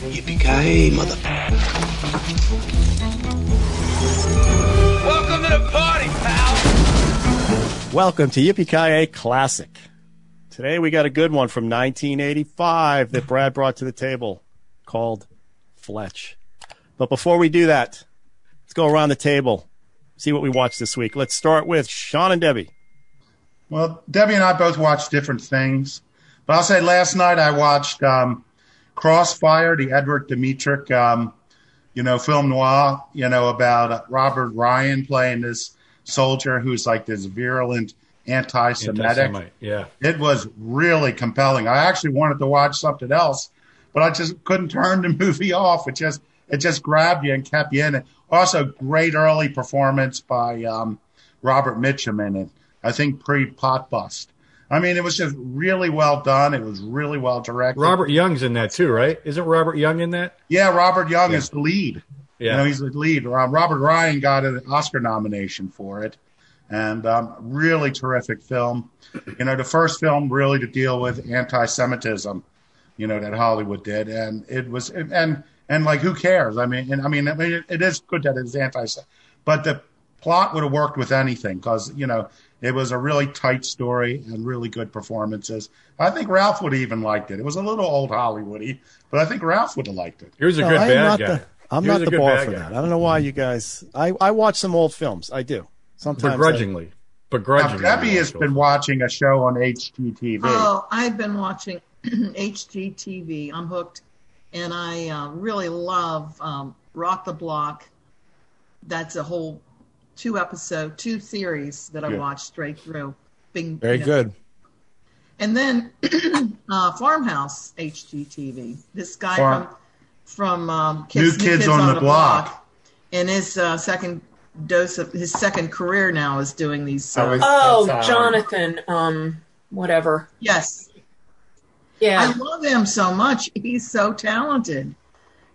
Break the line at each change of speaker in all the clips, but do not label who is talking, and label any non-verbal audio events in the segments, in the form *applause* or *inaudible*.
Yippee-ki-yay, mother...
Welcome to the party, pal.
Welcome to Yippie Kaye Classic. Today we got a good one from 1985 that Brad brought to the table called Fletch. But before we do that, let's go around the table, see what we watched this week. Let's start with Sean and Debbie.
Well, Debbie and I both watched different things, but I'll say last night I watched um, Crossfire, the Edward Dimitrik, um, you know, film noir, you know, about Robert Ryan playing this soldier who's like this virulent anti-Semitic.
Anti-Semite, Yeah.
It was really compelling. I actually wanted to watch something else, but I just couldn't turn the *laughs* movie off. It just it just grabbed you and kept you in it. Also, great early performance by um, Robert Mitchum in it. I think pre pot bust. I mean, it was just really well done. It was really well directed.
Robert Young's in that too, right? Isn't Robert Young in that?
yeah, Robert Young is the lead.
Yeah.
You know, he's the lead. Um, Robert Ryan got an Oscar nomination for it. And um, really terrific film. You know, the first film really to deal with anti Semitism, you know, that Hollywood did. And it was, and, and like, who cares? I mean, and I mean, I mean it, it is good that it's anti but the plot would have worked with anything because, you know, it was a really tight story and really good performances. I think Ralph would have even liked it. It was a little old Hollywoody, but I think Ralph would have liked it.
He was a
No,
good
I am
bad
not
guy.
the- I'm
He
not
was a
the
good
bar
bad
for
guy.
that. I don't know why you guys. I, I watch some old films. I do. Sometimes. I-
Begrudgingly.
Now,
Begrudgingly.
Debbie has been watching a show on HGTV.
Oh, I've been watching *clears throat* HGTV. I'm hooked, and I uh, really love um, Rock the Block. That's a whole two episode, two series that I
Yeah.
watched straight through. Being,
Very
you know,
good.
And then *clears throat* uh, Farmhouse HGTV. This guy
Farm-
from from um,
New Kids on the Block.
and his uh, second dose of his second career now is doing these.
Oh,
uh,
is-
Oh,
That's, um,
Jonathan, um, whatever.
yes, I
Yeah.
love him so much. He's so talented.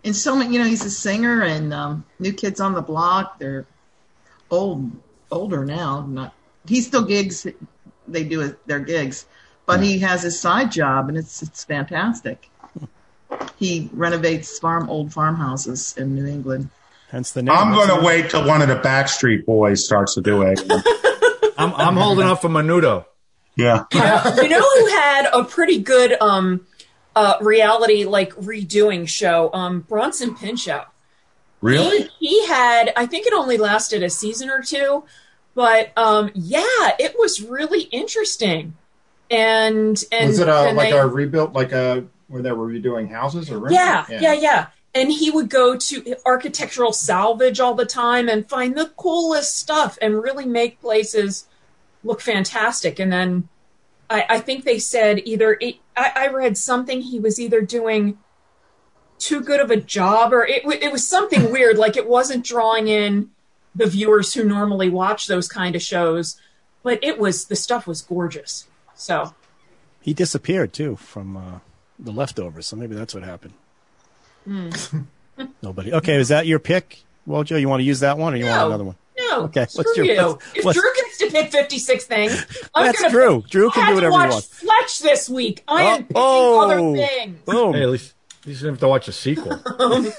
And so many, you know, he's a singer and um, New Kids on the Block. They're old, older now. Not he still gigs. They do it- their gigs, but he has his side job, and it's it's fantastic. He renovates farm old farmhouses in New England.
Hence the name.
I'm
That's
going
it.
to wait till one of the Backstreet Boys starts to do it.
I'm, I'm holding up for Menudo.
yeah.
Uh, you know who had a pretty good um, uh, reality like redoing show? Um, Bronson Pinchot. He, he had, I think it only lasted a season or two, but um, yeah, it was really interesting. And and
was it a,
and
like
they-
a rebuilt, like a where they were redoing houses or
yeah,
renovating?
yeah, yeah. And he would go to architectural salvage all the time and find the coolest stuff and really make places look fantastic. And then I, I think they said either it, I, I read something he was either doing too good of a job or it, wa- it was something weird. Like it wasn't drawing in the viewers who normally watch those kind of shows, but it was the stuff was gorgeous. So
He disappeared too from uh, the leftovers, so maybe that's what happened. Nobody. Okay, is that your pick? Well, Joe, you want to use that one, or you want
No.
another one?
No,
Okay,
screw
what's your-
you.
what's-
if
what's-
Drew gets to pick 56 things, I'm
That's
gonna
Drew. Drew can
I
do
had
whatever
to
he
watch
wants.
Fletch this week. I am picking
oh,
other things. *laughs* Um,
boom!
Hey, at least, at least you didn't have to watch a sequel.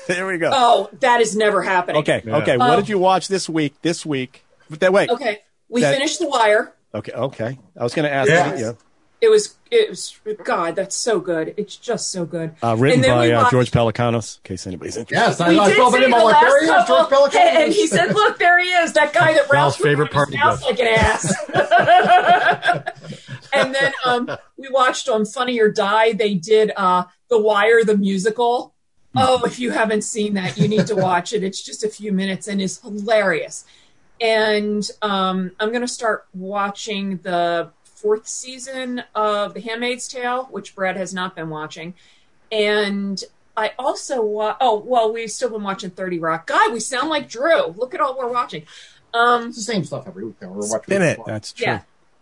There we go.
Oh, that is never happening.
okay,
Yeah.
okay. What
Oh.
did you watch this week? This week? But that wait.
Okay. We
That-
finished The Wire.
Okay, okay. I was going to ask.
Yeah.
Yeah.
It was, it was, God, that's so good. It's just so good.
Uh, written
And then
by
we
uh,
watched-
George Pelicanos, in case anybody's interested.
Yes, I,
We
I
did
saw the
see
name.
the
I'm like, there
last
he is, George
couple,
Pelican.
and, and he said, "Look, there he is, that guy that
Ralph's
Ralph
favorite
Lauren
party
smells
guest.
like an ass." *laughs* and then um, we watched on Funny or Die. They did uh, The Wire, the musical. *laughs* Oh, if you haven't seen that, you need to watch it. It's just a few minutes and is hilarious. And um, I'm going to start watching the fourth season of The Handmaid's Tale, which Brad has not been watching. And I also wa- oh well we've still been watching Thirty Rock. God, we sound like Drew. Look at all we're watching. Um,
It's the same stuff every week. Though. We're watching
Spin it.
That's true.
yeah.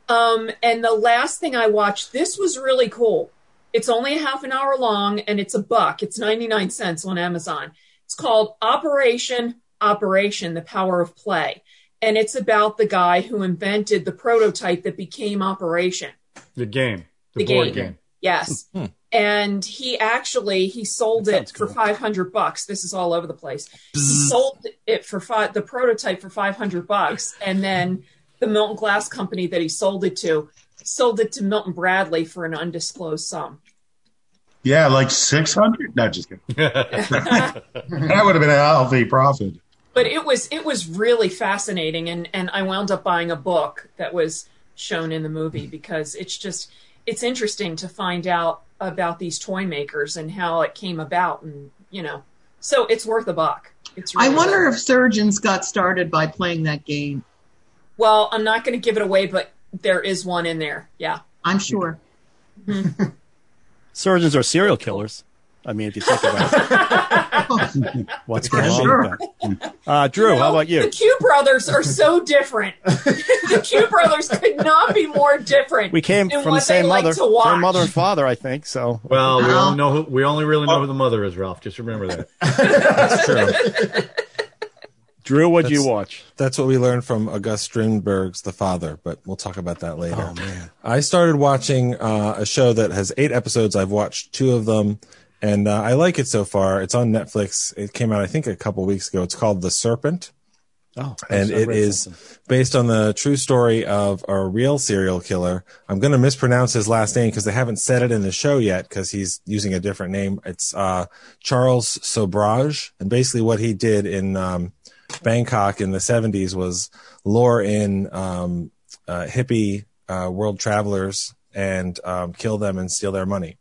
Um, and the last thing I watched, this was really cool. It's only a half an hour long, and it's a buck. It's ninety nine cents on Amazon. It's called Operation Operation: The Power of Play, and it's about the guy who invented the prototype that became Operation.
the game. The,
The
board
game.
game. *laughs* Hmm.
Yes. And he actually he sold it for 500 bucks. This is all over the place. He sold it for five the prototype for 500 bucks and then the Milton Glass company that he sold it to sold it to Milton Bradley for an undisclosed sum. *laughs*
Yeah, like six hundred. No, just kidding. *laughs* that would have been a healthy profit.
But it was it was really fascinating and and I wound up buying a book that was shown in the movie because it's just it's interesting to find out about these toy makers and how it came about and you know so it's worth a buck. It's
I
really
wonder
worth
if surgeons got started by playing that game.
Well, I'm not going to give it away, but there is one in there. Yeah.
I'm sure.
Surgeons are serial killers. I mean, if you think about
*laughs*
it, what's going on
sure.
with that? Uh, Drew, how about
The
you?
Q brothers are
*laughs*
so different. the Q brothers could not be more different.
We came from
in
the
what
same
they
mother,
like to watch.
same mother and father, I think. So
Well, Uh, we
Uh-huh.
Uh-huh.
Well-
only know who, we only really
Oh.
know who the mother is, Ralph. Just remember that.
That's true.
Drew, what'd you
That's-
watch?
That's what we learned from August Strindberg's The Father, but we'll talk about that later. Oh man. I started watching uh, a show that has eight episodes. I've watched two of them and uh, I like it so far. It's on Netflix. It came out, I think, a couple weeks ago. It's called The Serpent.
Oh,
and it is based on the true story of a real serial killer. I'm going to mispronounce his last name because they haven't said it in the show yet because he's using a different name. It's uh, Charles Sobrage, and basically what he did in um, Bangkok in the 70s was lure in um, uh, hippie uh, world travelers and um, kill them and steal their money.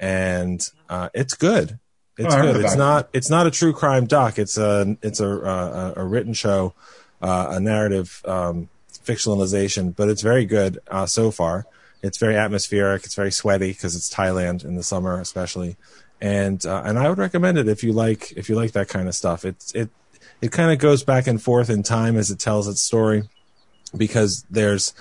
And uh, it's good. It's
Oh, I heard
good. It's
about
not. It's not a true crime doc. It's a. It's a a, a written show, uh, a narrative um, fictionalization, but it's very good uh, so far. It's very atmospheric. It's very sweaty because it's Thailand in the summer, especially. And uh, and I would recommend it if you like if you like that kind of stuff. It's it it kind of goes back and forth in time as it tells its story because there's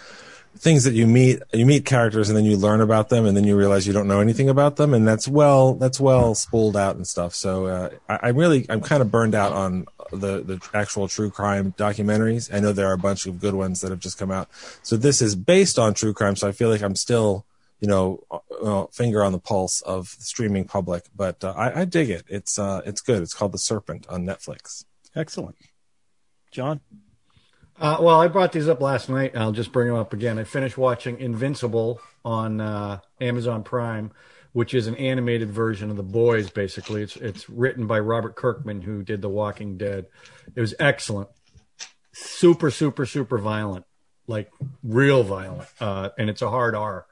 things that you meet you meet characters and then you learn about them and then you realize you don't know anything about them and that's well that's well spooled out and stuff so uh, I, i'm really i'm kind of burned out on the the actual true crime documentaries i know there are a bunch of good ones that have just come out so this is based on true crime so i feel like i'm still you know uh, finger on the pulse of the streaming public but uh, I, I dig it it's uh it's good it's called the serpent on netflix
*laughs* excellent. John,
Uh, well, I brought these up last night. and I'll just bring them up again. I finished watching Invincible on uh, Amazon Prime, which is an animated version of The Boys. Basically, it's it's written by Robert Kirkman, who did The Walking Dead. It was excellent, super, super, super violent, like real violent, uh, and it's a hard R.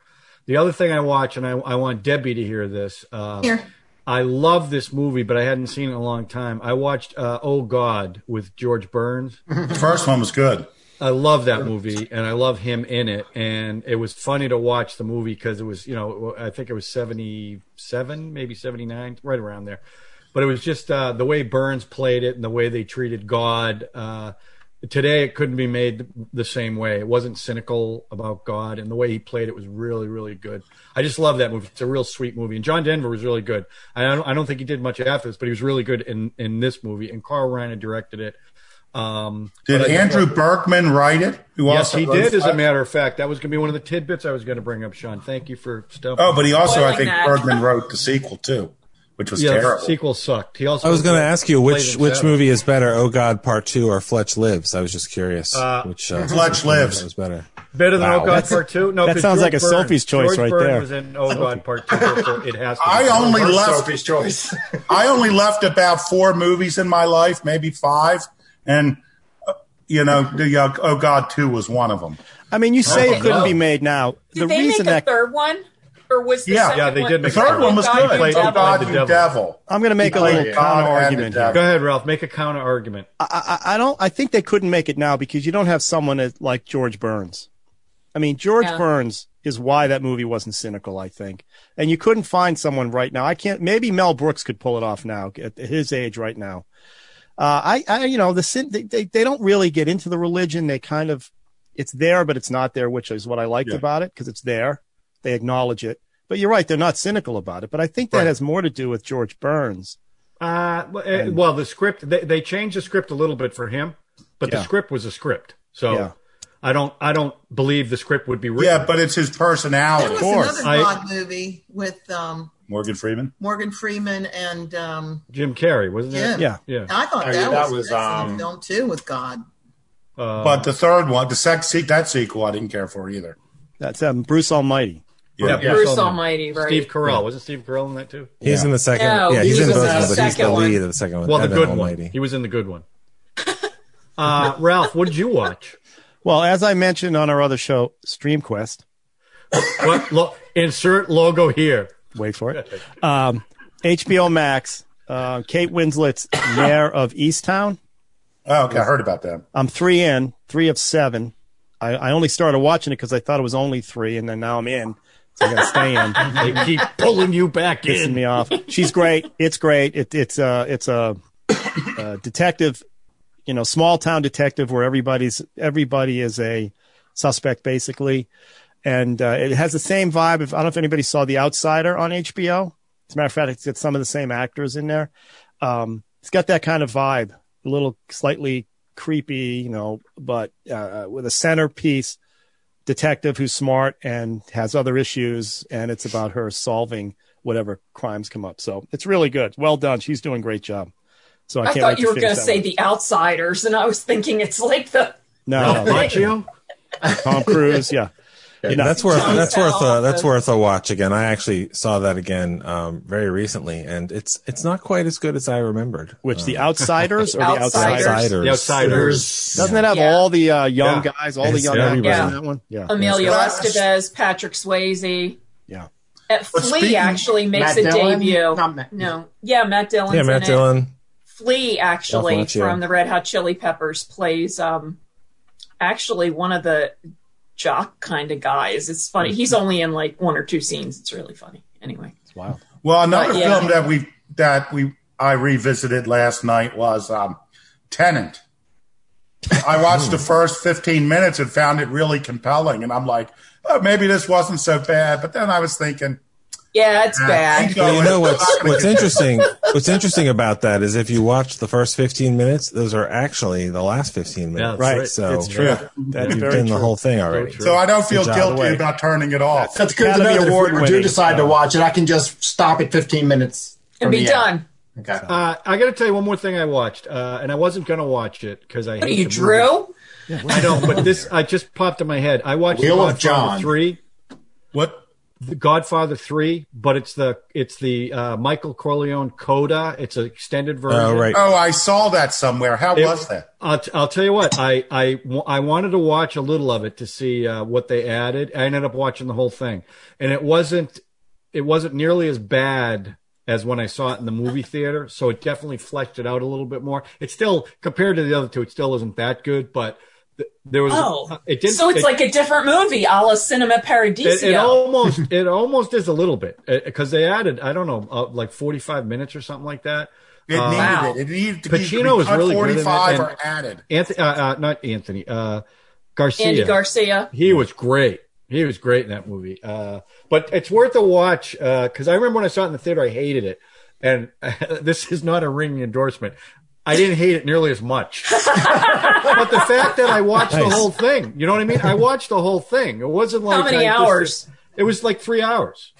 The other thing I watch, and I, I want Debbie to hear this. Uh,
Here.
I love this movie, but I hadn't seen it in a long time. I watched uh, Oh God with George Burns.
The first one was good.
I love that movie and I love him in it. And it was funny to watch the movie because it was, you know, I think it was 77, maybe 79, right around there. But it was just uh, the way Burns played it and the way they treated God. Uh, today, it couldn't be made the same way. It wasn't cynical about God. And the way he played it was really, really good. I just love that movie. It's a real sweet movie. And John Denver was really good. I don't, I don't think he did much after this, but he was really good in, in this movie. And Carl Reiner directed it. Um,
Did
but I-
Andrew Berkman write it? Who
Yes,
also
he
wrote-
did. As a matter of fact, that was going to be one of the tidbits I was going to bring up, Sean. Thank you for stumping.
Oh, but he also, I
Spoiling
think,
that.
Bergman wrote the sequel too, which was
yeah, the
terrible.
sequel sucked. He also.
I was going to ask you which
Blazing
which
Saddles.
movie is better, Oh God Part Two or Fletch Lives. I was just curious
Uh,
which uh,
Fletch
which one
Lives.
was better.
better than
Wow.
Oh God
That's-
Part Two. No,
that
'cause
sounds like
George
a
Burns-
Sophie's choice
George
right
Burn
there.
Was in Oh God Part Two. so it has. To be
I
better.
only
First
left.
Sophie's choice.
*laughs* I only left about four movies in my life, maybe five, and uh, you know, the uh, Oh God Two was one of them.
I mean, you say it
Oh,
couldn't
no.
be made now.
Did
the
they
reason
make
that
a third one? Or was the
Yeah.
second
Yeah, they
one-
did
The
make a
third one was
God,
good.
you
played-
oh
devil.
God,
He played
you
the
devil.
I'm going to make a
He
little
played God
counter
and the
argument here.
devil.
Go ahead, Ralph. Make a counter argument.
I, I I don't. I think they couldn't make it now because you don't have someone that- like George Burns. I mean, George
Yeah.
Burns is why that movie wasn't cynical, I think. And you couldn't find someone right now. I can't. Maybe Mel Brooks could pull it off now at his age right now. Uh, I, I, you know, the sin, they, they, they don't really get into the religion. They kind of, it's there, but it's not there, which is what I liked
Yeah.
about it because it's there. They acknowledge it. But you're right. They're not cynical about it. But I think that
Right.
has more to do with George Burns.
Uh, well, eh, well, the script they, they changed the script a little bit for him, but
Yeah.
the script was a script. So
Yeah.
I don't *laughs* I don't believe the script would be written.
Yeah, but it's his
There
personality.
was
course.
another
I-
Rod movie with um,
Morgan Freeman.
Morgan Freeman and um,
Jim Carrey wasn't
Jim.
it?
Yeah.
Yeah.
I thought
Oh,
that,
yeah, that
was,
was,
an excellent
um,
film too with God.
Uh,
but the third one, the sex se- that sequel, I didn't care for either.
That's um, Bruce Almighty.
yeah,
Yeah.
Bruce Almighty, right?
Steve Carell wasn't Steve Carell in that too?
He's in the second.
No,
yeah, he's,
he's
in
in
both
the
of them, but he's the
second one.
lead of the second one.
Well, the
Evan
good
Almighty.
one. He was in the good one. Uh, Ralph, what did you watch?
Well, as I mentioned on our other show, StreamQuest.
What lo- insert logo here?
Wait for it. Um, HBO Max. Uh, Kate Winslet's Mayor of Easttown.
Oh, okay, I heard about that.
I'm three in, three of seven. I, I only started watching it because I thought it was only three, and then now I'm in. So I gotta stay in.
*laughs* They keep pulling you back
pissing
in.
me off. She's great. It's great. It, it's uh, it's a, a uh, detective, you know, small town detective where everybody's everybody is a suspect basically, and uh, it has the same vibe. If I don't know if anybody saw The Outsider on HBO. As a matter of fact, it's got some of the same actors in there. Um, it's got that kind of vibe, a little slightly creepy, you know, but uh, with a centerpiece detective who's smart and has other issues, and it's about her solving whatever crimes come up. So it's really good. Well done. She's doing a great job. So I,
I
can't
thought
wait
you
to
were going
finish
to
that
say
one.
The Outsiders, and I was thinking it's like the
no,
Ralph
no,
Macchio?
Tom Cruise.
*laughs*
Yeah,
Yeah, that's worth
Jones
that's
at
worth a,
all,
that's
but-
worth a watch again. I actually saw that again um, very recently, and it's it's not quite as good as I remembered.
which the
Um,
Outsiders or *laughs* the Outsiders?
Outsiders.
outsiders,
The Outsiders.
Doesn't it have
Yeah.
all the uh, young
Yeah.
guys, all the
It's
young actors
everybody.
in that one? Yeah,
Emilio
Well,
Estevez, Patrick Swayze.
Yeah.
Uh,
But
Flea
speaking-
actually
Matt
makes a
Dillon?
debut.
Not Matt-
No, yeah, Matt Dillon's
Yeah, Matt
in it.
Dillon.
Flea actually
Ralph Macchio.
from the Red Hot Chili Peppers plays um actually one of the jock kind of guys. It's funny. He's
Mm-hmm.
only in like one or two scenes. It's really funny. Anyway.
Wow.
Well, another
But, yeah.
film that we that we I revisited last night was um, Tenant. I watched the first 15 minutes and found it really compelling, and I'm like, oh, maybe this wasn't so bad. But then I was thinking,
Yeah, it's
"Ah,
bad.
keep going.
Well, you know
It's
what's
not gonna
what's
get better."
interesting what's interesting about that is if you watch the first 15 minutes those are actually the last 15 minutes
that's
right.
so
It's true.
yeah,
That's
you've
very
been
true.
the whole thing already
true.
So I don't feel
Good job.
guilty
Wait.
about turning it off.
That's good
Academy
to know that if we ever
Award-winning,
do decide to
so-
watch it, I can just stop at 15 minutes
And
from
be
the end.
done.
Okay.
Uh, I got to tell you one more thing I watched, uh, and I wasn't going to watch it because I
What are
hate
you,
the
Drew?
movie. I know, but this I just popped in my head. I watched
Wheel
Godfather
of John.
three,
What?
The Godfather three, but it's the it's the uh, Michael Corleone coda. It's an extended version.
oh right
Oh, I saw that somewhere. How
It-
was that?
I'll, t- I'll tell you what. I I w- I wanted to watch a little of it to see uh, what they added. I ended up watching the whole thing, and it wasn't it wasn't nearly as bad as when I saw it in the movie theater. So it definitely fleshed it out a little bit more. It's still compared to the other two, it still isn't that good, but th- there was
Oh.
it didn't.
so it's
it-
like a different movie, a la Cinema Paradiso.
it, it almost it almost is a little bit because they added I don't know uh, like forty five minutes or something like that.
It
Uh,
needed
Wow.
it. It needed to
Pacino
be
was
cut
really good in it,
45 or
and-
added.
Anthony, uh, uh, not Anthony, uh, Garcia.
Andy Garcia.
He was great. He was great in that movie. Uh, but it's worth a watch because I remember when I saw it in the theater, I hated it, and *laughs* this is not a ringing endorsement. I didn't hate it nearly as
*laughs*
much, but the fact that I watched the
Nice.
whole thing, you know what I mean? I watched the whole thing. It wasn't like
How many
I just-
hours?
it was like three hours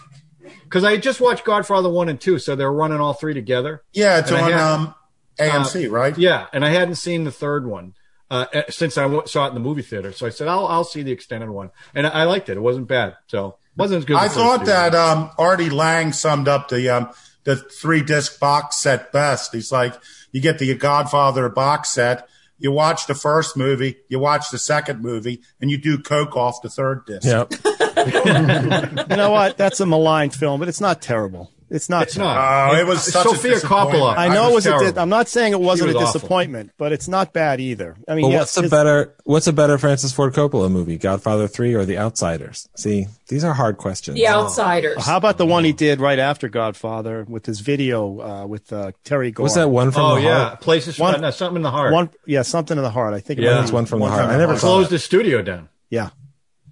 because I had just watched Godfather one and two, so they're running all three together.
Yeah, it's
And I
on
had- uh,
um, AMC, right?
Yeah, and I hadn't seen the third one uh, eh, since I w- saw it in the movie theater. So I said, "I'll I'll see the extended one," and I, I liked it. It wasn't bad. So wasn't as good. as
I
the
thought
first two.
that um, Artie Lang summed up the um, the three disc box set best. He's like, you get the Godfather box set, you watch the first movie, you watch the second movie, and you do coke off the third disc.
yep
*laughs* You know what? That's a maligned film, but it's not terrible. It's not.
It's
terrible.
not.
Oh, it was
It's
such a
Sophia
disappointment.
Coppola.
I know
was
it was. A
terrible.
di- I'm not saying it wasn't
She was
a
awful.
disappointment, but it's not bad either. I mean,
But
yes,
what's a
it's-
better what's a better Francis Ford Coppola movie, Godfather Three or The Outsiders? See, these are hard questions.
The Outsiders.
Oh. How about the one he did right after Godfather with his video uh, with uh, Terry Gore?
What's that one from
Oh
the
yeah,
heart?
places.
One-
uh, no, something in the heart.
One, yeah, something in the heart. I think. it
Yeah.
was-
That's one from
One
the heart.
from
I
the
never
heart.
saw
closed the studio down.
*laughs* yeah.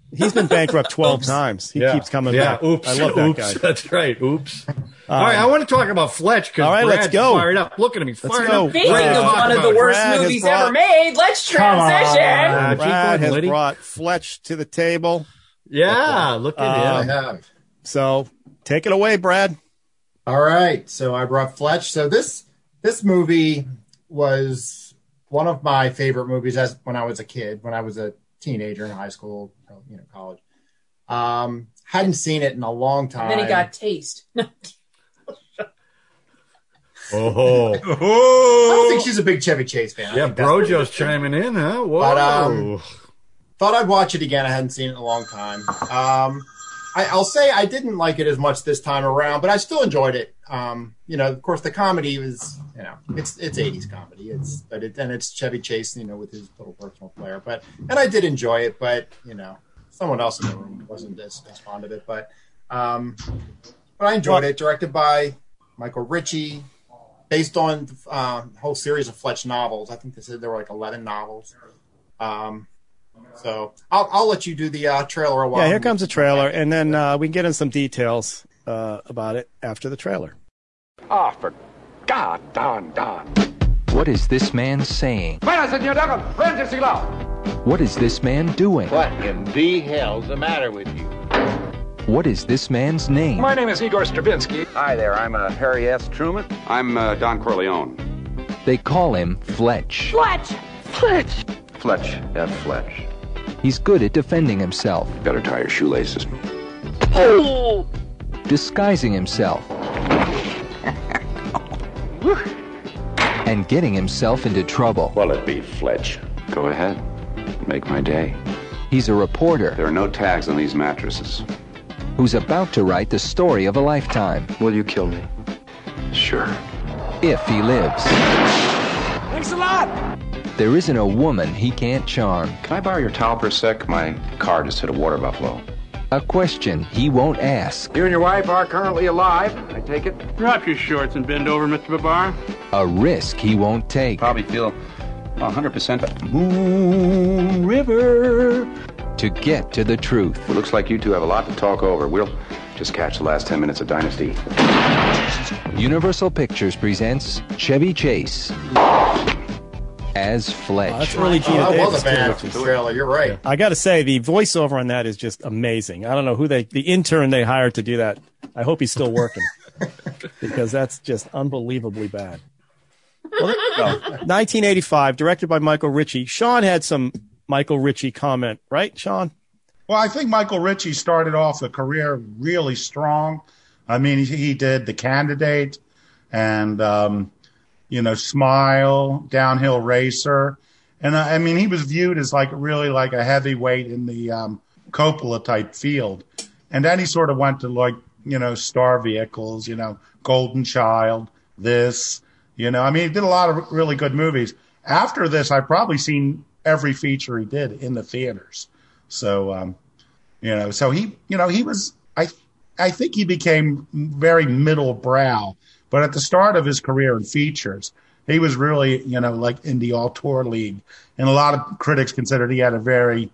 *laughs*
He's been bankrupt twelve times. He
Yeah.
keeps coming
yeah.
back.
Oops. *laughs*
I love that
Oops.
guy.
Um,
That's right. Oops. all right, I want to talk about Fletch because
all right, let's go.
fired up, looking at me,
Let's
fired
go.
up.
Speaking
ready to
of
talk
one of the
about it.
worst
Brad has
movies
brought-
ever made, let's
Come on.
transition.
Uh,
Brad
G. Gordon
has
Liddy?
brought Fletch to the table.
Yeah, look at
I
him.
Um,
have.
So take it away, Brad.
All right, so I brought Fletch. So this this movie was one of my favorite movies as when I was a kid, when I was a teenager in high school, you know, college. Um, hadn't seen it in a long time.
And then he got *laughs* taste.
Oh,
I don't think she's a big Chevy Chase fan. I
yeah,
think that's-
Brojo's chiming in, huh? Whoa.
But, um, Thought I'd watch it again. I hadn't seen it in a long time. Um, I, I'll say I didn't like it as much this time around, but I still enjoyed it. Um, you know, of course, the comedy was, you know, it's it's '80s comedy. It's but it and it's Chevy Chase, you know, with his little personal flair. But and I did enjoy it, but you know, someone else in the room wasn't as, as fond of it. But um, but I enjoyed it. Directed by Michael Ritchie, based on um, a whole series of Fletch novels. I think they said there were like 11 novels. Um, so I'll, I'll let you do the uh, trailer a while.
Yeah, here comes the trailer, and then uh, we can get in some details uh, about it after the trailer.
Ah, for God, Don, Don.
What is this man saying?
Buenas, señor Don. Prende siglo.
What is this man doing?
What in the hell's the matter with you?
What is this man's name?
My name is Igor Stravinsky.
Hi there, I'm uh, Harry S. Truman.
I'm uh, Don Corleone.
They call him Fletch.
Fletch, F. Fletch.
He's good at defending himself,
You better tie your shoelaces.
disguising himself, and getting himself into trouble.
Well, it be Fletch. Go ahead. Make my day.
He's a reporter
There are no tags on these mattresses.
who's about to write the story of a lifetime
Will you kill me? Sure.
if he lives. Thanks a lot! There isn't a woman he can't charm,
Can I borrow your towel for a sec? My car just hit a water buffalo.
a question he won't ask,
You and your wife are currently alive, I take it?
Drop your shorts and bend over, Mr. Babar.
a risk he won't take.
Probably feel 100% Moon River.
to get to the truth.
Well, looks like you two have a lot to talk over. We'll just catch the last 10 minutes of Dynasty.
Universal Pictures presents Chevy Chase as
Oh,
Fletch.
that's early Gina
That
Davis.
was a
too,
bad
which is-
trailer. You're right.
I got to say, the voiceover on that is just amazing. I don't know who they, the intern they hired to do that. I hope he's still *laughs* working because that's just unbelievably bad. Well, there you go. 1985, directed by Michael Ritchie. Sean had some Michael Ritchie comment, right, Sean?
Well, I think Michael Ritchie started off a career really strong. I mean, he, he did The Candidate and, um, you know, Smile, Downhill Racer. And I, I mean, he was viewed as like really like a heavyweight in the um, Coppola type field. And then he sort of went to like, you know, star vehicles, you know, Golden Child, this, you know, I mean, he did a lot of really good movies. After this, I've probably seen every feature he did in the theaters. So, um, you know, so he, you know, he was, I, I think he became very middle brow, but at the start of his career in features, he was really, you know, like in the all tour league. And a lot of critics considered he had a very,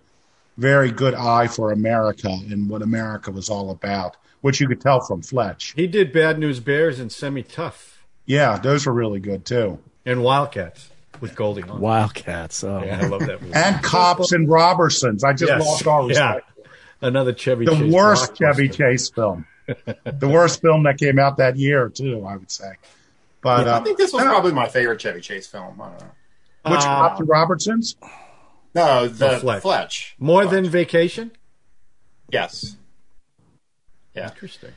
very good eye for America and what America was all about, which you could tell from Fletch.
He did Bad News Bears and Semi Tough
Yeah, those were really good too.
and Wildcats with Goldie Hawn.
Wildcats. Oh,
Yeah, I love that movie.
And Cops and Robertsons. I just
Yes.
lost all respect.
Yeah. Another Chevy
the
Chase
worst Chevy
blockbuster. *laughs*
Chase film, the worst film that came out that year too. I would say, but
I
uh,
um,
think
which
this was probably my favorite Chevy Chase film. I don't know.
Uh,
Cops and Robertson's?
No, the
Oh, Fletch.
Fletch.
More than Vacation?
Yes. Yeah.
Interesting.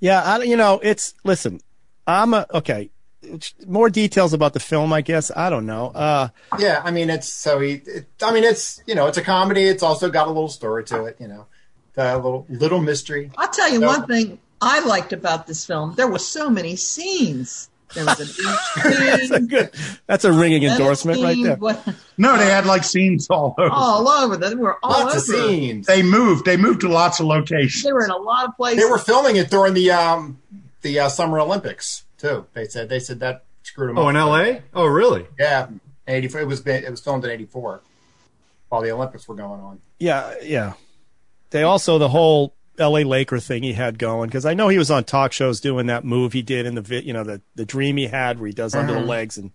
Yeah, I, you know, it's listen. I'm a, okay. It's- More details about the film, I guess. I don't know. Uh,
Yeah, I mean it's so he. It, I mean it's you know it's a comedy. It's also got a little story to it. You know, the little little mystery.
I'll tell you
No.
one thing I liked about this film. There were so many scenes. There was
*laughs*
a beach scene,
good. That's a ringing
then a
endorsement right
scene,
there.
what-
No, they had like scenes all over.
all over. They were all
Lots of
over.
scenes. They,
They moved. They moved to lots of locations.
They were in a lot of places.
they were filming it during the um the uh, Summer Olympics too. They said they said that screwed them
Oh, in
up.
L.A.? Oh, really?
Yeah, eighty four. It was ba- it was filmed in eighty four while the Olympics were going on.
Yeah, yeah. They also the whole L.A. Laker thing he had going because I know he was on talk shows doing that move he did in the vi- you know the the dream he had where he does under the
Mhm.
legs and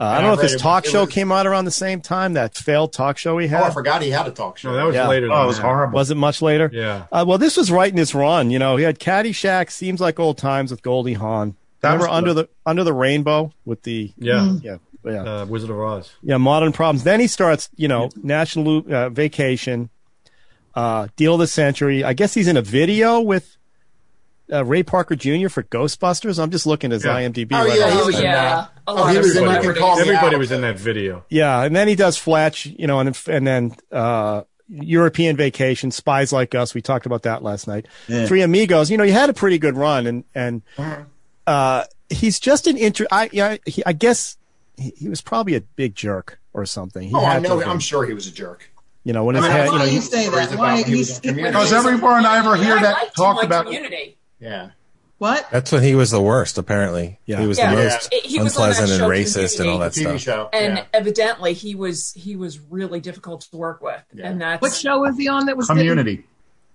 uh,
And
I
I
don't know if
read
his
it-
talk
it
show
was-
came out around the same time that failed talk show he had.
Oh, I forgot he had a talk show.
No, that was
Yeah.
later. than that.
Was it much later?
Yeah.
Uh, well, this was right in his run. You know, he had Caddyshack, seems like old times with Goldie Hawn.
That
Remember
was
under
the-
the under the rainbow with the
Mm.
Yeah.
yeah yeah
Uh, Wizard of Oz.
yeah modern problems. Then he starts you know National Lu- uh, Vacation, uh, Deal of the Century. I guess he's in a video with uh, Ray Parker Jr. for Ghostbusters. I'm just looking at his
Yeah.
IMDb.
Oh,
right
yeah,
off
he
the
was in
bat.
that.
A
oh,
lot
he
of
was in You Can
celebrities.
Call Me
Everybody
Out.
was in that video.
Yeah, and then he does Fletch, you know, and and then uh, European Vacation, Spies Like Us. We talked about that last night.
Yeah. Uh-huh.
Three Amigos. You know, he had a pretty good run, and and uh, he's just an inter. I yeah, he, I guess he, he was probably a big jerk or something. He
Oh, I
had to
know.
have
I'm
been.
sure he was a jerk.
You know, when his
I mean,
head,
why
you know,
do
he-
you
say that.
Stories
Why
about when he was
*laughs*
he's-
on Community.
Because every one I ever hear
I
that
liked
talk
my
about
community.
Yeah.
What?
That's when he was the worst, apparently. He was
Yeah.
the most
It- he was on that
unpleasant and
show,
racist and all that
TV
stuff.
show.
And
yeah.
evidently, he was he was really difficult to work with, and that's
What show was he on that was getting-
community.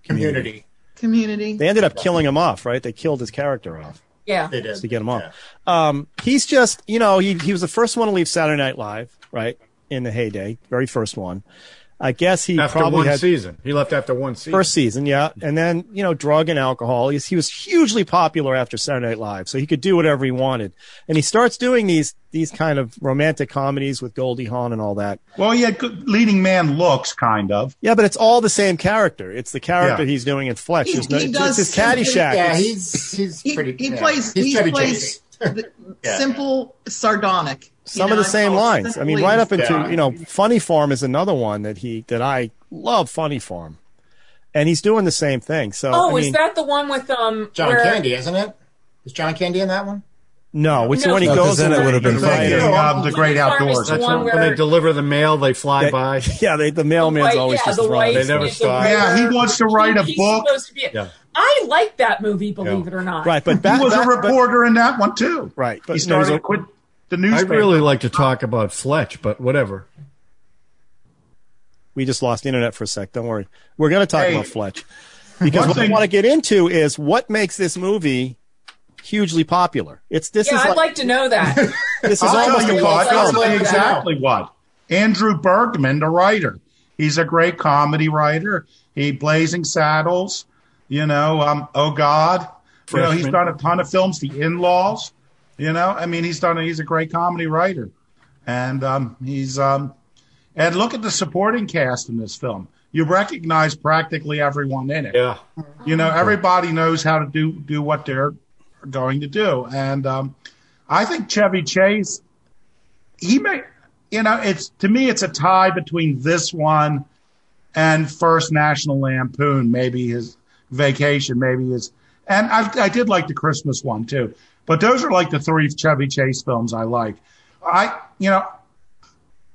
Community.
Community.
they ended up killing him off, right? They killed his character off.
yeah.
They did.
to get him off. Um, he's just, you know, he he was the first one to leave Saturday Night Live, right? In the heyday, very first one. I guess he
after
probably
one
had
season, he left after one season.
first season, yeah, and then you know, drug and alcohol. He's, he was hugely popular after Saturday Night Live, so he could do whatever he wanted. And he starts doing these these kind of romantic comedies with Goldie Hawn and all that.
Well, he had good leading man looks, kind of.
Yeah, but it's all the same character. It's the character
Yeah.
he's doing in Fletch.
He-
There's no-
he
it's,
does
it's his Caddyshack.
Yeah,
It's-
he's he's
He,
pretty.
he
yeah.
plays.
He's
He
Chevy
plays
Chase.
*laughs* the
Yeah.
simple, sardonic. you
some of
know,
the same
oh,
lines. I mean, right up into
Yeah.
you know, Funny Farm is another one that he that I love. Funny Farm, and he's doing the same thing. So,
Oh,
I
is
mean,
that the one with um
John
where-
Candy, isn't it? Is John Candy in that one?
no? It's
No,
when he
no,
'cause
goes
then
in
it would have been
Right.
Thinking
Yeah.
of the great
Farm is
outdoors.
the
That's
one
all.
where-
When they deliver the mail, they fly
That-
by.
Yeah, they, the mailman's
Right,
always
yeah,
just
the
throwing.
white-
They never
the
stop.
red-
Yeah, he wants to write a
he's
book.
supposed to be-
Yeah.
I like that movie, believe
Yeah.
it or not.
Right, but
He
back,
was
back-
a
but-
reporter in that one too.
right, but
He
no, he's
started
a-
quit the
I
newspaper.
really like to talk about Fletch, but whatever.
we just lost internet for a sec. Don't worry, we're going to talk
Hey.
about Fletch because
One
what I
thing-
want to get into is what makes this movie hugely popular. It's this
Yeah,
is
I'd
like,
like to know that.
*laughs* this is
I'll tell
almost
you
a
what,
cult
I'll
film.
tell you
exactly what Andrew Bergman, the writer. He's a great comedy writer. He Blazing Saddles, you know. Um, oh God, you know he's
Freshman.
done a ton of films. The In Laws, you know. I mean, he's done. He's a great comedy writer, and um, he's um, and look at the supporting cast in this film. You recognize practically everyone in it
Yeah.
you know everybody knows how to do do what they're going to do and um i think chevy chase he may you know it's to me it's a tie between this one and first national lampoon maybe his vacation maybe his and i i did like the christmas one too but those are like the three chevy chase films i like i you know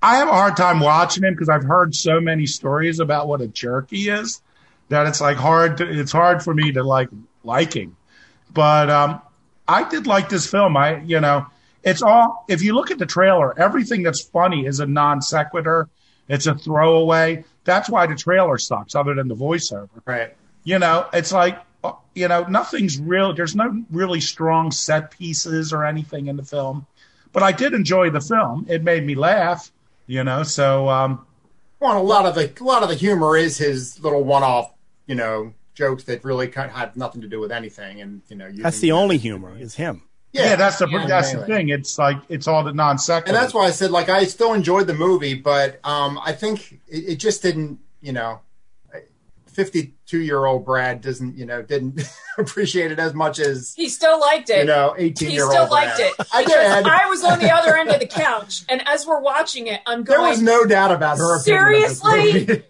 I have a hard time watching him because I've heard so many stories about what a jerk he is that it's like hard to, it's hard for me to like liking. But um, I did like this film. I you know it's all if you look at the trailer, everything that's funny is a non sequitur. It's a throwaway. That's why the trailer sucks, other than the voiceover.
Right.
You know, it's like uh, you know nothing's real. There's no really strong set pieces or anything in the film. But I did enjoy the film. It made me laugh. You know, so um,
Well, a lot of the a lot of the humor is his little one-off, you know, jokes that really kind of have nothing to do with anything, and you know, you
That's
can-
the only humor is him.
Yeah,
yeah, that's the
yeah,
that's the
mainly.
thing. It's like it's all the non sequitur.
and that's why I said like I still enjoyed the movie, but um, I think it, it just didn't, you know, fifty-two-year-old Brad doesn't, you know, didn't *laughs* appreciate it as much as
He still liked it.
you know,
he
eighteen-year-old.
still liked it.
I
Because
did.
I was on the other end of the couch, and as we're watching it, I'm
there
going.
was no doubt about her. opinion of this
Seriously?
movie.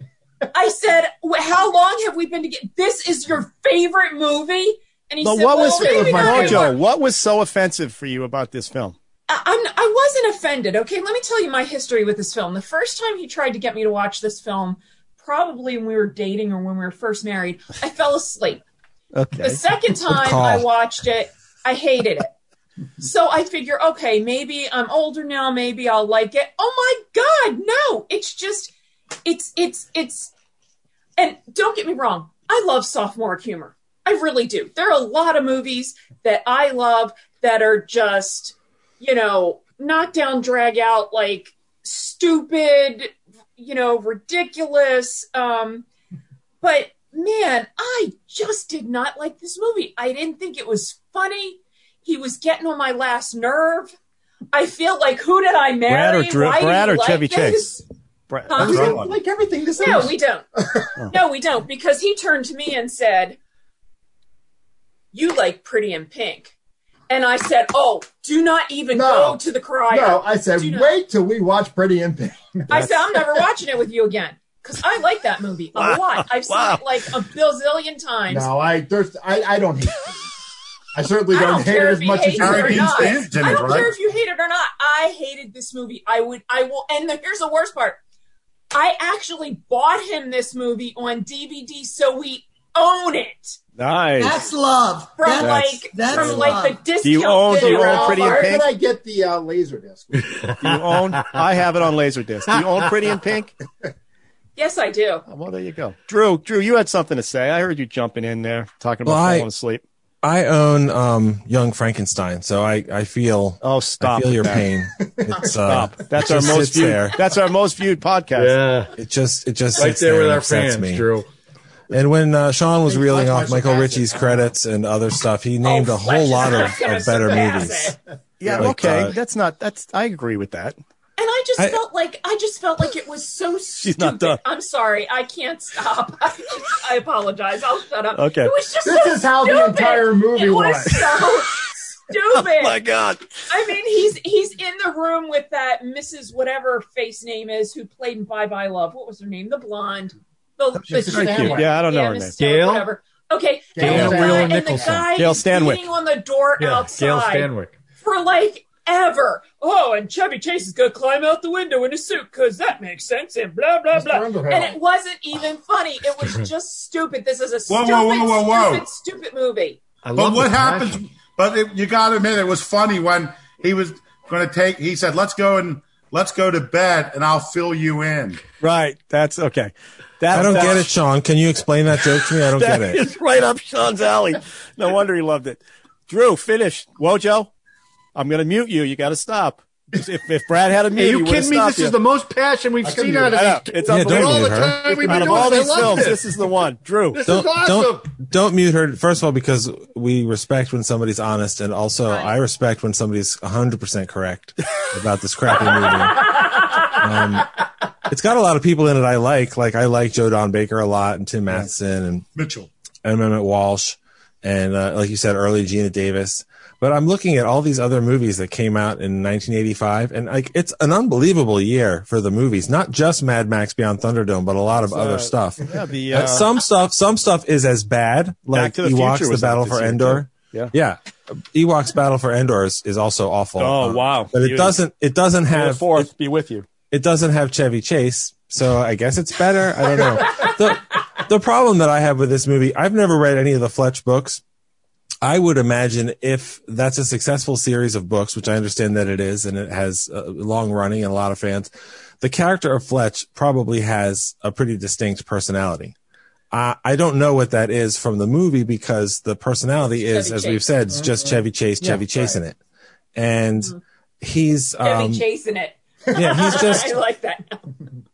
I said, "Wh- "How long have we been together? This is your favorite movie." And he
But
said,
what
well,
was
maybe not anymore."
Mojo? What was so offensive for you about this film?
I- I'm, I wasn't offended. Okay, let me tell you my history with this film. The first time he tried to get me to watch this film, probably when we were dating or when we were first married, I fell asleep.
Okay.
The second time
call.
I watched it, I hated it. So I figure, okay, maybe I'm older now, maybe I'll like it. Oh my god, no. It's just it's it's it's and don't get me wrong, I love sophomore humor. I really do. There are a lot of movies that I love that are just, you know, knock down, drag out, like stupid, you know, ridiculous. Um, but man, I just did not like this movie. I didn't think it was funny. He was getting on my last nerve. I feel like who did I marry?
Brad or, Dr-
Why do
Brad
you
or
like
Chevy
this?
Chase? Brad,
Huh?
that's the wrong one.
like everything this
No,
*laughs*
we don't. No, we don't, because he turned to me and said, "You like Pretty in Pink," and I said, "Oh, do not even
No.
go to the crier."
No, I said,
Do not-
wait till we watch Pretty in Pink.
I said,
*laughs*
"I'm never watching it with you again." Because I like that movie a
Wow.
lot. I've seen
Wow.
it like a bazillion times.
No, I there's I, I
*laughs*
don't hate. it. I certainly
I
don't,
don't
hate
care
it
if
as
you
much
hate
as
it
you
or
hate
not.
it.
I don't care if you hate it or not. I hated this movie. I would. I will. And the, here's the worst part. I actually bought him this movie on DVD, so we own it
Nice.
That's love.
from
That's-
like
that's
from like the discount.
Do you own- do you
bin.
own Pretty in
Where
Pink?
did I get the uh, laser disc?
Do *laughs* you own? I have it on Laserdisc. Do you own Pretty in
*laughs*
Pink?
Yes, I do.
*laughs* Well, there you go. Drew, Drew, you had something to say. I heard you jumping in there talking about
Well, I-
falling asleep.
I own um, Young Frankenstein, so I, I feel
oh stop
I feel
with
your
that. *laughs*
pain. It's, uh,
Stop. That's
it
our
just
most
sits
viewed.
there.
That's our most viewed podcast.
Yeah.
It just it just
Right
sits
there with
and
our
upsets
fans,
me.
Drew.
And when uh, Sean was reeling
Fletch
off Michael
Acid.
Ritchie's credits and other stuff, he named a whole *laughs*
Fletch
lot of,
Acid.
of better
Acid.
movies.
Yeah,
Like,
okay.
uh,
that's not. That's. I agree with that.
And I just
I-
felt like I just felt like it was so stupid.
not done.
I'm sorry, I can't stop. *laughs* I apologize. I'll shut up.
Okay.
It was just
This
so
is how the
stupid.
entire movie
it
was.
was.
*laughs*
so stupid.
God.
I mean, he's he's in the room with that Mrs. whatever face name is who played in Bye Bye Love. What was her name? The blonde. The, the
She's very
chick-
cute.
yeah,
Yeah, I don't know her
Miss
name.
Stanley,
Gail?
Whatever. Okay.
Gail
and the guy-
Wheeler
and the
Nicholson.
guy
Gail
is
Stanwyck.
beating on the door
Yeah, Gail
outside
Stanwyck.
for like ever. Oh, and Chevy Chase is gonna climb out the window in a suit because that makes sense and blah blah
Mr.
blah.
Underhill.
And it wasn't even funny.
*laughs*
It was just stupid. This is a
Whoa,
stupid,
whoa, whoa, whoa, whoa.
stupid, stupid movie.
I
But
love
what
the passion.
happens? But it, you got to admit, it was funny when he was going to take. He said, "Let's go and let's go to bed, and I'll fill you in."
Right. That's okay. That's,
I don't
that's,
get it, Sean. Can you explain that joke to me? I don't
That
get
*laughs*
it.
is right up Sean's alley. No wonder he loved it. Drew, finish. Wojo, I'm going to mute you. You got to stop. If, if Brad had a mute,
Are
he
you
would've
kidding me?
stopped
This is the most passion we've
couldn't
seen
do
out
it.
I know.
of these.
It's
Yeah, don't
all
unbelievable.
the
mute her.
time we've been
Out of
doing
all
it. I
these
love
films,
this.
this is the one. Drew,
This
don't
is awesome.
don't don't mute her. First of all, because we respect when somebody's honest, and also I respect when somebody's 100 percent correct about this crappy movie. Um, it's got a lot of people in it I like. Like I like Joe Don Baker a lot, and Tim Matheson, and
Mitchell.
and Emmett Walsh, and uh, like you said, early Gina Davis. But I'm looking at all these other movies that came out in 1985, and like it's an unbelievable year for the movies. Not just Mad Max Beyond Thunderdome, but a lot of other
uh,
stuff.
yeah, the,
Uh,
uh,
some stuff, some stuff is as bad. Like
Back to the
Ewoks,
Future
the
was
Battle
out this
for
year,
Endor.
too. Yeah.
yeah. Ewoks Battle for Endor is, is also awful.
Oh, wow.
uh, But it
Beauty.
doesn't. It doesn't
May the
have. It,
fourth be with you.
it doesn't have Chevy Chase, so I guess it's better. I don't
*laughs*
know. the The problem that I have with this movie, I've never read any of the Fletch books. I would imagine if that's a successful series of books, which I understand that it is, and it has uh, long running and a lot of fans, the character of Fletch probably has a pretty distinct personality. Uh, I don't know what that is from the movie because the personality is, as
Chevy Chase. Mm-hmm.
we've said, it's just Chevy Chase, Chevy Chase in it, and he's
Chevy
um,
chasing it.
yeah, he's
*laughs*
just
I like that.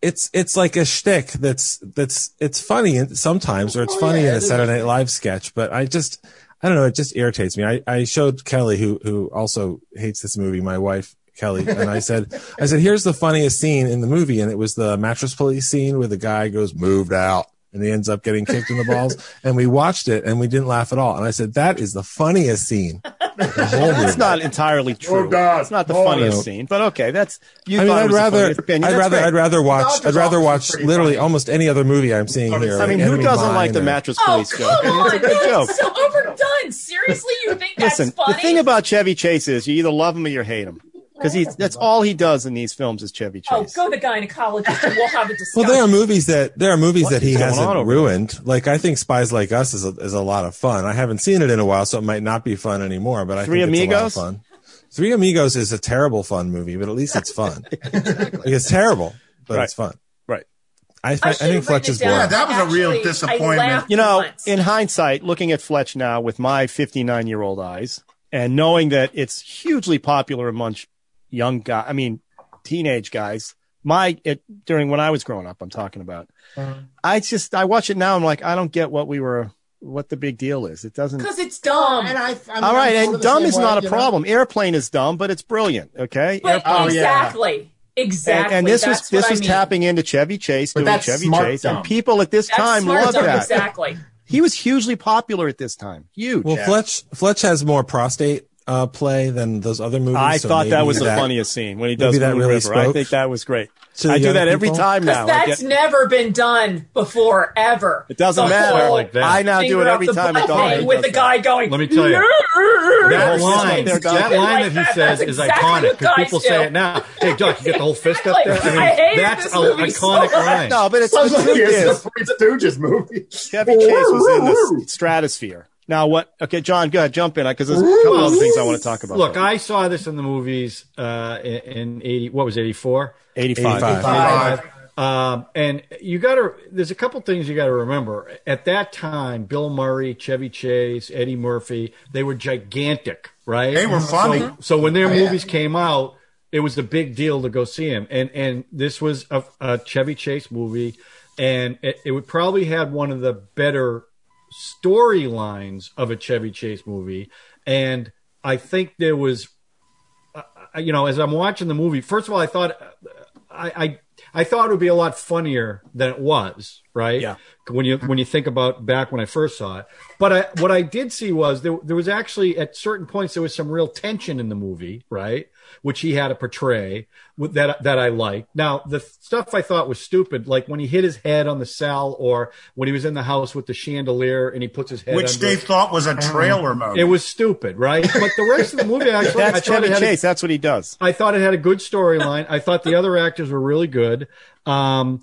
it's it's like a shtick that's that's it's funny in- sometimes, or it's
Oh,
funny
yeah,
in a
it is
Saturday
a
Night Live sketch. But I just I don't know, it just irritates me. I, I showed Kelly who who also hates this movie, my wife Kelly, and I said I said here's the funniest scene in the movie, and it was the mattress police scene where the guy goes moved out. And he ends up getting kicked in the balls, and we watched it, and we didn't laugh at all. And I said, "That is the funniest scene." in The whole
That's
movie."
not entirely true.
God.
It's not the
Oh,
funniest
no.
scene, but okay. That's you
I mean,
thought it
I'd
was the
rather,
funniest opinion.
I'd
That's
rather,
great.
I'd rather watch,
Doctor's
I'd rather
Office
watch
is pretty
literally
funny.
almost any other movie I'm seeing
Oh,
here.
it's-
like
I mean, who
Enemy
doesn't
Mine
like the
or-
mattress
Oh,
police joke?
come
I mean,
on.
it's a good joke.
That's so overdone. Seriously, you think that's
Listen,
funny?
the thing about Chevy Chase is you either love him or you hate him because he's that's all he does in these films is Chevy
Oh,
Chase.
go to the gynecologist and we'll have a discussion.
Well, there are movies that there are movies
What
that he
is going on
hasn't
over
ruined. Like I think Spies Like Us is a, is a lot of fun. I haven't seen it in a while, so it might not be fun anymore. But I
Three
think
Amigos?
it's a lot of fun. Three Amigos is a
*laughs*
terrible fun movie, but at least it's fun. Like, it's terrible, but
Right.
it's fun.
Right.
I I, th- I, think Fletch is boring.
Yeah, that was a real disappointment.
You know, in hindsight, looking at Fletch now with my 59 year old eyes and knowing that it's hugely popular amongst young guys, I mean, teenage guys, my, it, during when I was growing up, I'm talking about,
Uh-huh.
I just, I watch it now. I'm like, I don't get what we were, what the big deal is. It doesn't.
because it's dumb.
And I, I mean,
All right.
I'm sort
And
of the
dumb
same
is
way,
not
you
a
know?
problem. Airplane is dumb, but it's brilliant. Okay.
But
Airplane-
exactly, exactly.
And, and this was
That's
this
what
was
I mean.
tapping into Chevy Chase,
But
doing
that's
Chevy
smart
Chase,
dumb.
and people at this
That's
time
smart
loved
dumb,
that.
Exactly.
He was hugely popular at this time. Huge.
Well, Fletch Fletch has more prostate uh, play than those other movies.
I
so
thought that
maybe
was the funniest scene when he does
maybe that
Moon
really
River. I
spoke
think that was great.
to the
I do
young
that every
people. *laughs*
time now.
Because
I
that's
get-
never been done before, ever.
it doesn't
The
matter.
whole
Like that.
I now do
finger
it
up
every
the
time.
butt
at Dawn.
thing with the guy going.
Let me tell you. That
Yes.
line,
They're
that
gone.
line that he
Like that,
says
that's
is
exactly
iconic
what guys
because people say
do.
it now. Hey, Doc, you get the whole fist up there.
Exactly. I hated
that's
this
an
movie so
iconic
much.
line.
No, but it's
Sounds
the
like
truth
it's
is
the Three Stooges movie.
Chevy Chase was in the s- stratosphere. Now what? Okay, John, go ahead, jump in because there's a couple other things I want to talk about.
Look, I saw this in the movies uh, in, in eighty. What was it, eighty four?
85.
85.
Five.
Um, and you got to. There's a couple things you got to remember. At that time, Bill Murray, Chevy Chase, Eddie Murphy, they were gigantic, right?
They were funny.
So,
Oh,
so when their
yeah.
movies came out, it was a big deal to go see him. And and this was a, a Chevy Chase movie, and it, it would probably had one of the better storylines of a Chevy Chase movie. And I think there was I- you know, as I'm watching the movie, first of all, I thought I, I I thought it would be a lot funnier than it was, right?
Yeah.
When you when you think about back when I first saw it, but I, what I did see was there there was actually at certain points there was some real tension in the movie, right? Which he had to portray with- that that I liked. Now the stuff I thought was stupid, like when he hit his head on the cell, or when he was in the house with the chandelier and he puts his head
which
under
they
it.
thought was a trailer moment.
It was stupid, right? But the rest of the movie, I actually, I
That's
thought it
Chevy
had a-
Chase. that's what he does.
I thought it had a good storyline. I thought the other actors were really good. Um,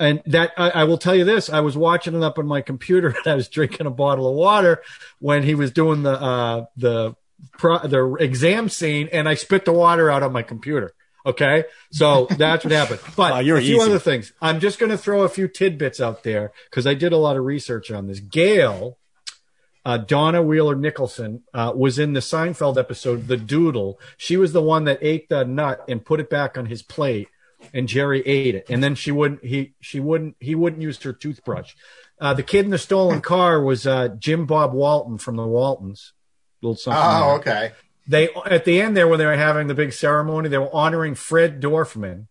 and that I, I will tell you this: I was watching it up on my computer, *laughs* and I was drinking a bottle of water when he was doing the uh, the pro, the exam scene, and I spit the water out on my computer. Okay, so that's what happened.
*laughs*
But
Wow, you're
a few
easy.
other things. I'm just going to throw a few tidbits out there because I did a lot of research on this. Gail, uh, Donna Wheeler Nicholson uh, was in the Seinfeld episode, The Doodle. She was the one that ate the nut and put it back on his plate, and Jerry ate it. And then she wouldn't. He she wouldn't. He wouldn't use her toothbrush. Uh, the kid in the stolen car was uh, Jim Bob Walton from the Waltons. Little something. there
Oh, okay.
they at the end there when they were having the big ceremony, they were honoring Fred Dorfman,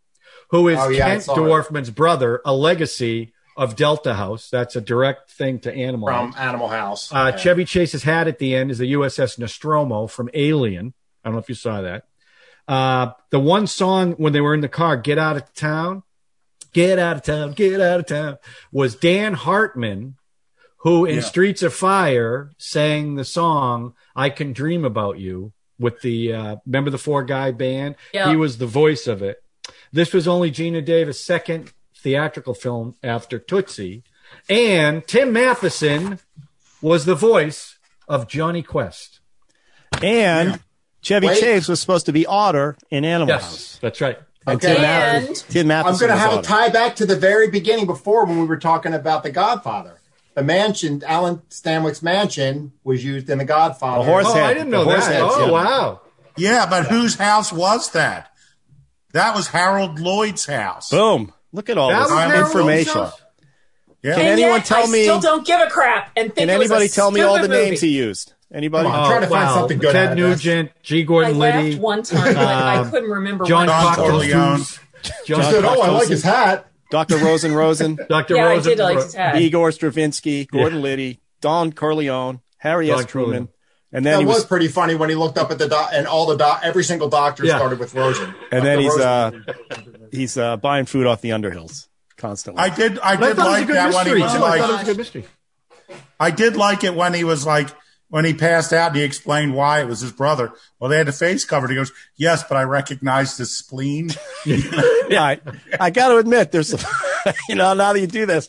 who is
Oh, yeah, I
Kent
saw it.
Dorfman's brother, a legacy of Delta House. That's a direct thing to Animal.
From
House.
Animal House.
Uh,
Yeah.
Chevy Chase's hat at the end is the USS Nostromo from Alien. I don't know if you saw that. Uh, the one song when they were in the car, "Get Out of Town," "Get Out of Town," "Get Out of Town," was Dan Hartman, who in
Yeah.
Streets of Fire sang the song "I Can Dream About You" with the uh, remember the four guy band.
Yeah.
He was the voice of it. This was only Gina Davis' second theatrical film after Tootsie, and Tim Matheson was the voice of Johnny Quest.
And Chevy
Wait.
Chase was supposed to be Otter in Animal House.
Yes, that's right.
Okay.
And-
Tim
I'm
Matheson
going
was
to have a
Otter.
tie back to the very beginning before when we were talking about The Godfather. The mansion, Alan Stanwyck's mansion, was used in The Godfather.
The horse
Oh,
head.
I didn't know
The horse
that.
heads,
oh,
yeah.
wow.
yeah, but whose house was that? That was Harold Lloyd's house.
Boom. Look at all
That was
this
Harold
information.
Schultz?
Yeah.
Can anyone
yet,
tell
I
me-
Still don't give a crap. And
Can
think it was a
anybody tell me all the
stupid
names
movie.
he used? Anybody?
Come on. I'm trying to find something good
Ted
out of this.
Nugent, G.
I
Gordon
laughed
Liddy,
one time, but I
um,
couldn't remember.
John
what.
Don
Cockles,
Corleone.
John
I said, oh, I
Cockles,
like his hat.
Dr. Rosen
*laughs*
Rosen,
Dr.
Yeah, I
Rosen-
did like his hat.
Igor Stravinsky, Gordon Liddy, Don Corleone, Harry
Don
S. Truman.
Corleone.
And then
That
he
was
was,
pretty funny when he looked up at the doc, and all the doc, every single doctor
Yeah.
started with Rosen.
and then
Dr.
he's
Rosen.
uh he's uh buying food off the underhills constantly.
I did. I
But I
did
thought it was a
like
good
that when he
mystery,
was
too. I thought it
like.
was a good mystery.
I did like it when he was like when he passed out. and He explained why it was his brother. Well, they had the face covered. He goes, "Yes, but I recognized his spleen." *laughs*
I, I got to admit, there's, *laughs* some, you know, now that you do this,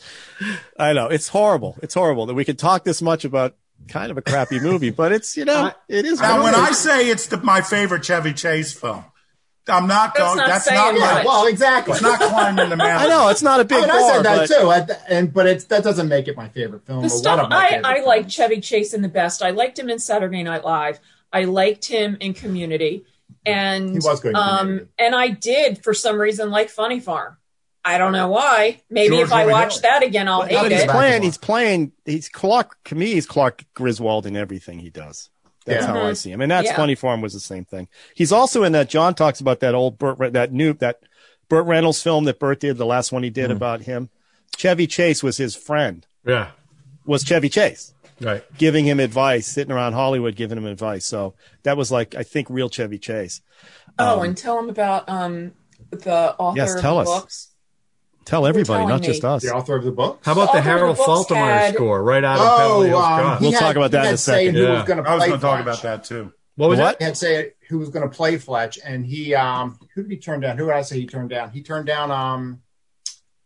I know it's horrible. It's horrible that we could talk this much about kind of a crappy movie, but it's, you know, it is.
Now,
what
when
it
I
is.
say it's the, my favorite Chevy Chase film, I'm not
That's
going.
not
That's
saying
not,
much.
my.
Well, exactly.
It's not
*laughs*
climbing the mountain.
I know, it's
not a
I mean, I said that too, I, th- and but it's that doesn't make it my favorite film.
The
or one
stuff
of my
I,
favorite
I
films.
like Chevy Chase in the best. I liked him in Saturday Night Live. I liked him in Community, and
He was good in
Um, and I did for some reason like Funny Farm. I don't know why. Maybe
George
if I
Roy
watch that again, I'll
But
hate
he's
it.
playing. He's playing. He's Clark. To me, he's Clark Griswold in everything he does. That's
Yeah.
how I
Mhm.
see him, and that's
Yeah.
Funny Farm was the same thing. He's also in that. John talks about that old Burt, Re- that new that Burt Reynolds film that Burt did, the last one he did about him. Chevy Chase was his friend.
Yeah.
was Chevy Chase
Right.
giving him advice, sitting around Hollywood giving him advice. So that was like I think real Chevy Chase.
Oh,
Um,
and tell him about um, the author
Yes,
of
tell
the
us.
books.
tell everybody,
telling
not just
me.
us.
the author of the book.
How about the,
All the
Harold
books
Faltermeyer
had-
score right out of
Oh,
Beverly Hills
um,
Cop?
he
We'll
had-
talk about
he
that in
had
a second.
saying Who
Yeah.
was going to
I was
play
going to talk
Fletch.
about that too.
What was
What?
that?
He had say who was going to play Fletch, and he um who did he turn down? Who did I say he turned down? He turned down um.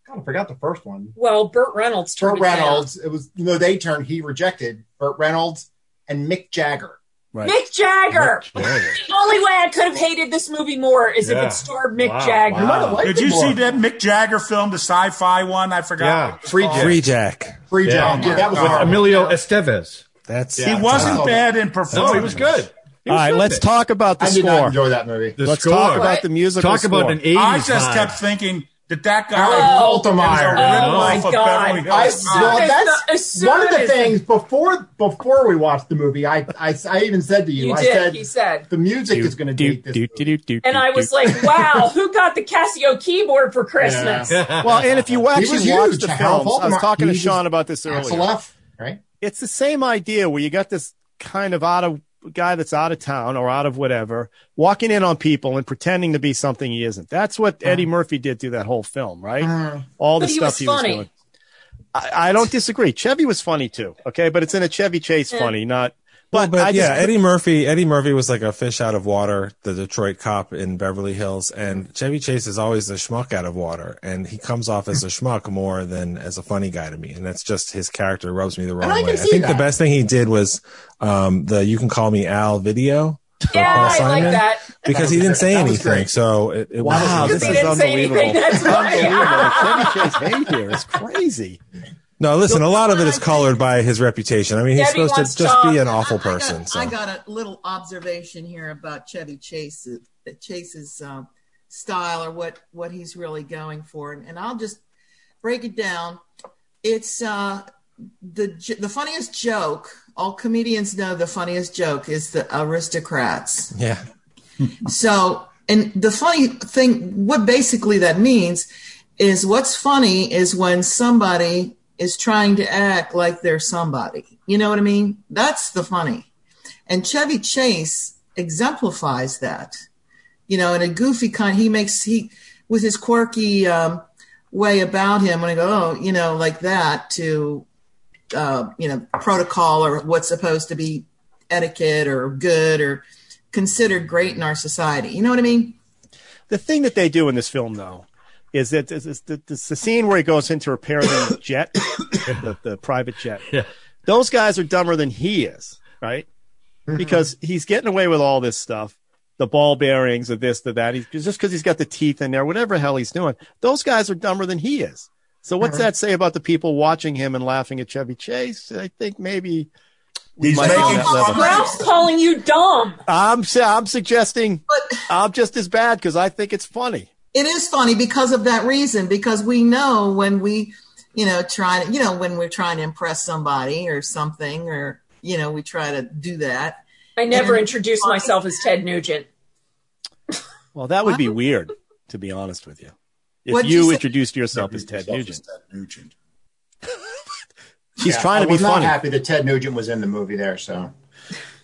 God, I forgot the first one.
Well, Burt Reynolds. turned
Burt
it down.
Reynolds. It was no, they turned. He rejected Burt Reynolds and Mick Jagger.
Right.
Mick Jagger.
Jagger.
*laughs* the only way I could have hated this movie more is if
Yeah.
it starred Mick
Wow,
Jagger.
wow.
Like
Did
the
you
book.
see that Mick Jagger film, the sci-fi one? I forgot.
Yeah,
what it was
Free
called.
Jack.
Free Jack.
Free Jack.
Yeah. Oh.
Yeah, that was
With
With
horrible.
Emilio Estevez.
That's
Yeah.
He wasn't
Wow.
bad in performance.
No, he was good. He
All
was
right,
good
let's
there.
talk about the
I did not
score.
enjoy that movie.
The
Let's
score.
talk about
What?
the musical
Talk
score.
about an 80s
I just
vibe.
kept thinking that that guy
Harold
was
Faltermeyer.
a real
Oh,
life
Oh, my
of
God.
Beverly Hills
I
As soon
well,
as
that's
the- as soon
one of the
as-
things before before we watched the movie. I I, I even said to you,
You
I
did,
said,
he said.
the music
Do,
is going to
do,
date this.
do,
movie."
do, do,
And
do,
I
do.
*laughs*
was like, wow, who got the Casio keyboard for Christmas?
*laughs* well, and if you actually
was
watch
huge.
the
Harold
films, I was
Faltermeyer-
talking to
he was
Sean about this
Axel
earlier.
F. Right.
It's the same idea where you got this kind of out of guy that's out of town or out of whatever, walking in on people and pretending to be something he isn't. That's what Eddie Murphy did through that whole film, right? All the
But he
stuff
was
he
funny.
was doing. I, I don't disagree. Chevy was funny too. Okay, but it's in a Chevy Chase funny, not. But,
but
I
yeah,
just,
Eddie Murphy. Eddie Murphy was like a fish out of water, the Detroit cop in Beverly Hills, and Chevy Chase is always the schmuck out of water, and he comes off as a schmuck more than as a funny guy to me, and that's just his character rubs me the wrong
I can
way. I
see
think the
that.
best thing he did was um, the "You Can Call Me Al" video
yeah,
Paul
I like
Simon?
that.
because he
That
didn't
was
say
great. That was
anything,
great.
so it, it
Wow,
was
Because
this
he
is
didn't say anything.
unbelievable.
*laughs*
That's why.
Unbelievable. Chevy Chase hate here is crazy.
no. Listen, a lot of it is colored by his reputation. I mean, he's
Debbie
supposed to
wants
just be
John.
an awful
*laughs* I- I got-
person. so.
I got, a little observation here about Chevy Chase, uh, Chase's um, style or what what he's really going for, and, and I'll just break it down. It's uh, the j- the funniest joke. All comedians know the funniest joke is the aristocrats.
yeah.
So, and the funny thing, what basically that means is what's funny is when somebody is trying to act like they're somebody. You know what I mean? That's the funny. And Chevy Chase exemplifies that, you know, in a goofy kind, he makes, he, with his quirky um, way about him, when I go, oh, you know, like that to, uh, you know, protocol or what's supposed to be etiquette or good or considered great in our society. You know what I mean?
The thing that they do in this film, though, is that is, is the, the scene where he goes in to repair the *coughs* jet, the, the private jet.
Yeah.
Those guys are dumber than he is, right? Because he's getting away with all this stuff. The ball bearings or this, the that. He's just because he's got the teeth in there, whatever the hell he's doing. Those guys are dumber than he is. So what's that say about the people watching him and laughing at Chevy Chase? I think maybe we
He's
might be on
making
that level.
fun
Ralph's calling you dumb.
I'm su- I'm suggesting I'm just as bad because I think it's funny.
It is funny because of that reason, because we know when we, you know, try to, you know, when we're trying to impress somebody or something, or, you know, we try to do that.
I never
Yeah.
introduced myself as Ted Nugent.
Well, that would be weird, to be honest with you. If
What'd
you,
you say?
introduced yourself as Ted
Yourself as
Nugent,
Ted Nugent.
*laughs* she's
Yeah,
trying
I
to be
was not
funny.
happy that Ted Nugent was in the movie there. So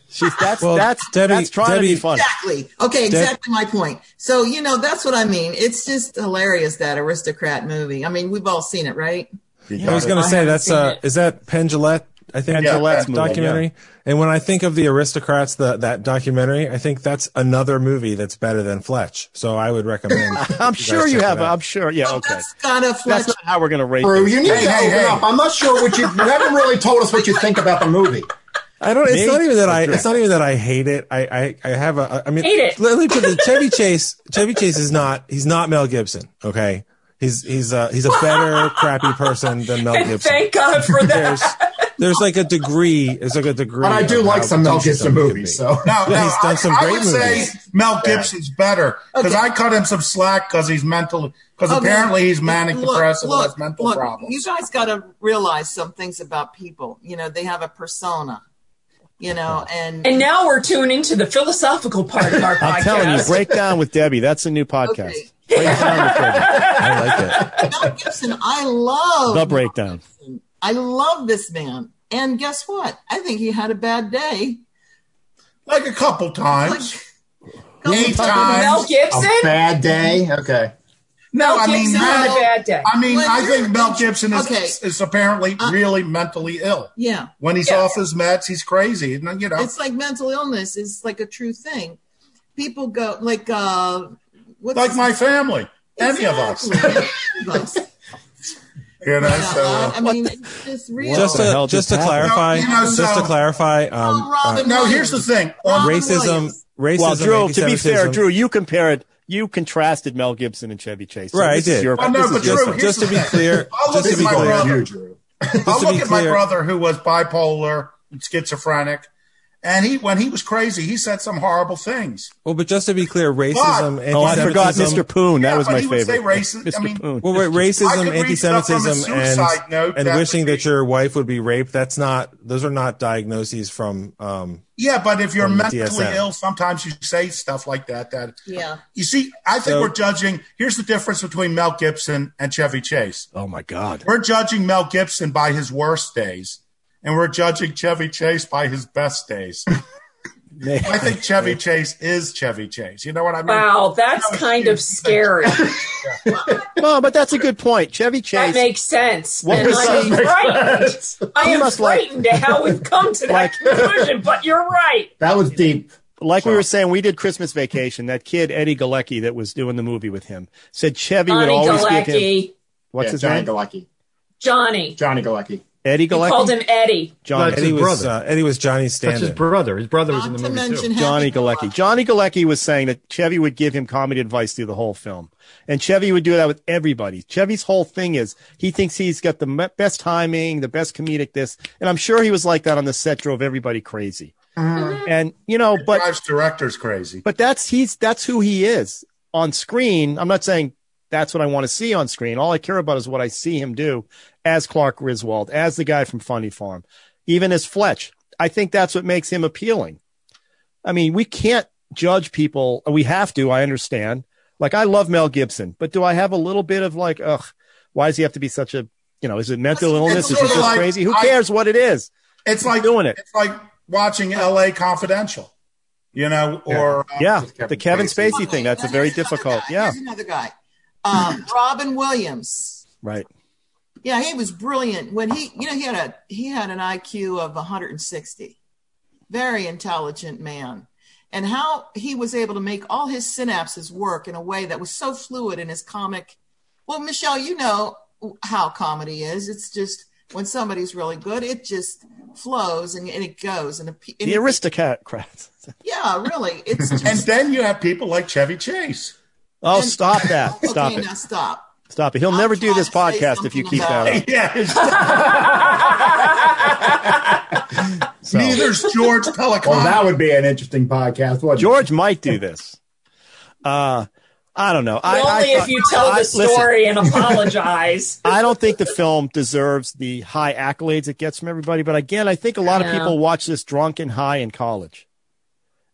She's that's
Well,
that's
Debbie-
that's trying to be
Debbie-
funny.
Exactly. Okay, exactly my point. So, you know, that's what I mean. It's just hilarious that aristocrat movie. I mean, we've all seen it, right?
I was going to
I
say
haven't
that's
seen
uh,
it.
is that Penn Jillette? I think
Yeah, Jillette's
Gillette's
movie,
documentary. And when I think of the Aristocrats, the, that documentary, I think that's another movie that's better than Fletch. So I would
*laughs*
recommend.
I'm sure
guys
you
check
have.
it out.
I'm sure. Yeah.
Well,
Okay.
That's got a
That's
Fletcher.
not how we're going to rate.
Brew,
this.
you need
Hey,
to
hey,
open
hey.
up. I'm not sure what you you haven't really told us what you think about the movie.
I don't. It's
Me?
not even that I. It's not even that I hate it. I. I, I have a. I mean,
Hate it.
Let me put the Chevy Chase. Chevy Chase is not. He's not Mel Gibson. Okay. He's he's a he's a better crappy person than Mel
And
Gibson.
thank God for
there's, there's like a degree. There's like a degree.
But I do
of
like
how
some Mel
douchey
Gibson
somebody can
movies,
be. *laughs*
so-
No,
Oh, yeah,
no,
he's done some
I,
great
I would
movies.
say Mel Gibson's better because
Okay.
I cut him some slack because he's mental. Because
Okay.
apparently he's manic
Look,
depressive
look,
and has mental
look,
problems.
You guys got to realize some things about people. You know, they have a persona. You know, and
And now we're tuning to the philosophical part of our podcast.
*laughs* I'm telling you, breakdown with Debbie. That's a new podcast.
Okay.
Breakdown with Debbie. I like it.
*laughs* Mel Gibson, I love.
The breakdown.
I love this man. And guess what? I think he had a bad day.
Like a couple times. Eight times.
Mel Gibson?
A bad day. Okay.
Mel
No, I mean,
Gibson had a
Mel-
bad day.
I mean,
Well,
I
you're-
think Mel Gibson is,
Okay. Uh,
is apparently really mentally ill.
Yeah.
When he's
Yeah.
off his meds, he's crazy. And, you know,
It's like mental illness is like a true thing. People go like uh what's
like my family, any of us. *laughs*
Exactly. Like,
*laughs* You know, so.
uh, I mean, it's just real.
Just
the
to
hell
just
just
to
happened?
clarify.
No, you know,
just to
so-
clarify. Um,
Oh, Robin,
no, here's the thing. On,
racism. Racism.
Well, Drew, to be fair,
anti-Semitism-
Drew, you compared, you contrasted Mel Gibson and Chevy Chase. So
Right,
this
I
is
did.
Your,
Well, no,
this is
but
your
Drew,
thing.
here's
just to be
the thing.
clear,
I'll look
just to
at
be
my
clear,
brother.
You, Drew.
I'll
to
look
be
at my
clear-
brother who was bipolar, and schizophrenic, and he when he was crazy, he said some horrible things.
Well, but just to be clear, racism, anti-Semitism.
Oh, I forgot Mr. Poon. That
Yeah,
was
but
my
he would say
favorite.
racist- I
Mr.
mean-
Poon.
Well, wait,
I could
racism,
read stuff from a
anti-Semitism,
suicide
and
note
and
that
wishing
would
that
be-
your wife would be raped. That's not; those are not diagnoses from. Um,
Yeah, but if you're
From the
mentally
DSM.
ill, sometimes you say stuff like that. That
yeah.
you see, I think
So-
we're judging. Here's the difference between Mel Gibson and Chevy Chase.
Oh my God.
We're judging Mel Gibson by his worst days, and we're judging Chevy Chase by his best days. I think Chevy Chase is Chevy Chase. You know what I mean?
Wow, that's
No,
kind
dude,
of scary.
Well, but that's a good point. Chevy
that
Chase.
*laughs* makes sense.
What
and
was
I'm
that?
frightened. *laughs* I
He
am
must like-
frightened at how we've come to that
*laughs* Like-
conclusion, but you're right.
That was deep.
like we were saying, we did Christmas Vacation. That kid Eddie Galecki that was doing the movie with him said Chevy would
Johnny
always give him.
Galecki.
What's
Yeah,
his
Johnny
name?
Galecki.
Johnny.
Johnny Galecki.
Eddie
You
Galecki.
called him Eddie.
John
That's
Eddie
his
was
brother.
uh, Eddie was Johnny
That's his
Standing.
brother. His brother was in
Not
the
to
movie
mention
too.
Johnny Galecki. Johnny Galecki was saying that Chevy would give him comedy advice through the whole film. And Chevy would do that with everybody. Chevy's whole thing is he thinks he's got the me- best timing, the best comedic this. And I'm sure he was like that on the set, drove everybody crazy.
Uh-huh.
And, you know, but
drives directors crazy.
But that's he's that's who he is on screen. I'm not saying that's what I want to see on screen. All I care about is what I see him do as Clark Griswold, as the guy from Funny Farm, even as Fletch. I think that's what makes him appealing. I mean, we can't judge people. We have to. I understand. Like I love Mel Gibson, but do I have a little bit of like, ugh, why does he have to be such a, you know, is it mental illness? Is he
sorta
just
like-
crazy? Who
I-
cares what it is?
It's like
doing it.
It's like watching L.A. Confidential, you know, or uh,
Yeah,
Kevin
um, the Kevin
Spacey.
Spacey thing. That's a
Now,
very
here's another
difficult.
guy.
Yeah,
Here's another guy.
*clears throat*
Um, Robin Williams.
right.
Yeah, he was brilliant when he, you know, he had a he had an IQ of 160. Very intelligent man. And how he was able to make all his synapses work in a way that was so fluid in his comic. Well, Michelle, you know how comedy is. It's just when somebody's really good, it just flows and, and it goes. And, the
The aristocrat.
yeah, really, *laughs* it's
*laughs*
just,
and then you have people like Chevy Chase.
Oh,
And-
stop
*laughs*
that. Stop
okay,
it.
Now stop.
Stop it. He'll
I'm
never do
trying
this
to say
podcast if you
something
keep
about-
that up. *laughs*
*laughs* Yeah, it's-
So-
neither's
*laughs*
George Pelican.
Well, that would be an interesting podcast. Wouldn't it?
George might do this. Uh, I don't know. I,
Only
I
if
thought-
you tell
I-
the
listen,
story
*laughs*
and apologize.
I don't think the film deserves the high accolades it gets from everybody. But again, I think a lot of
Yeah.
people watch this drunk and high in college.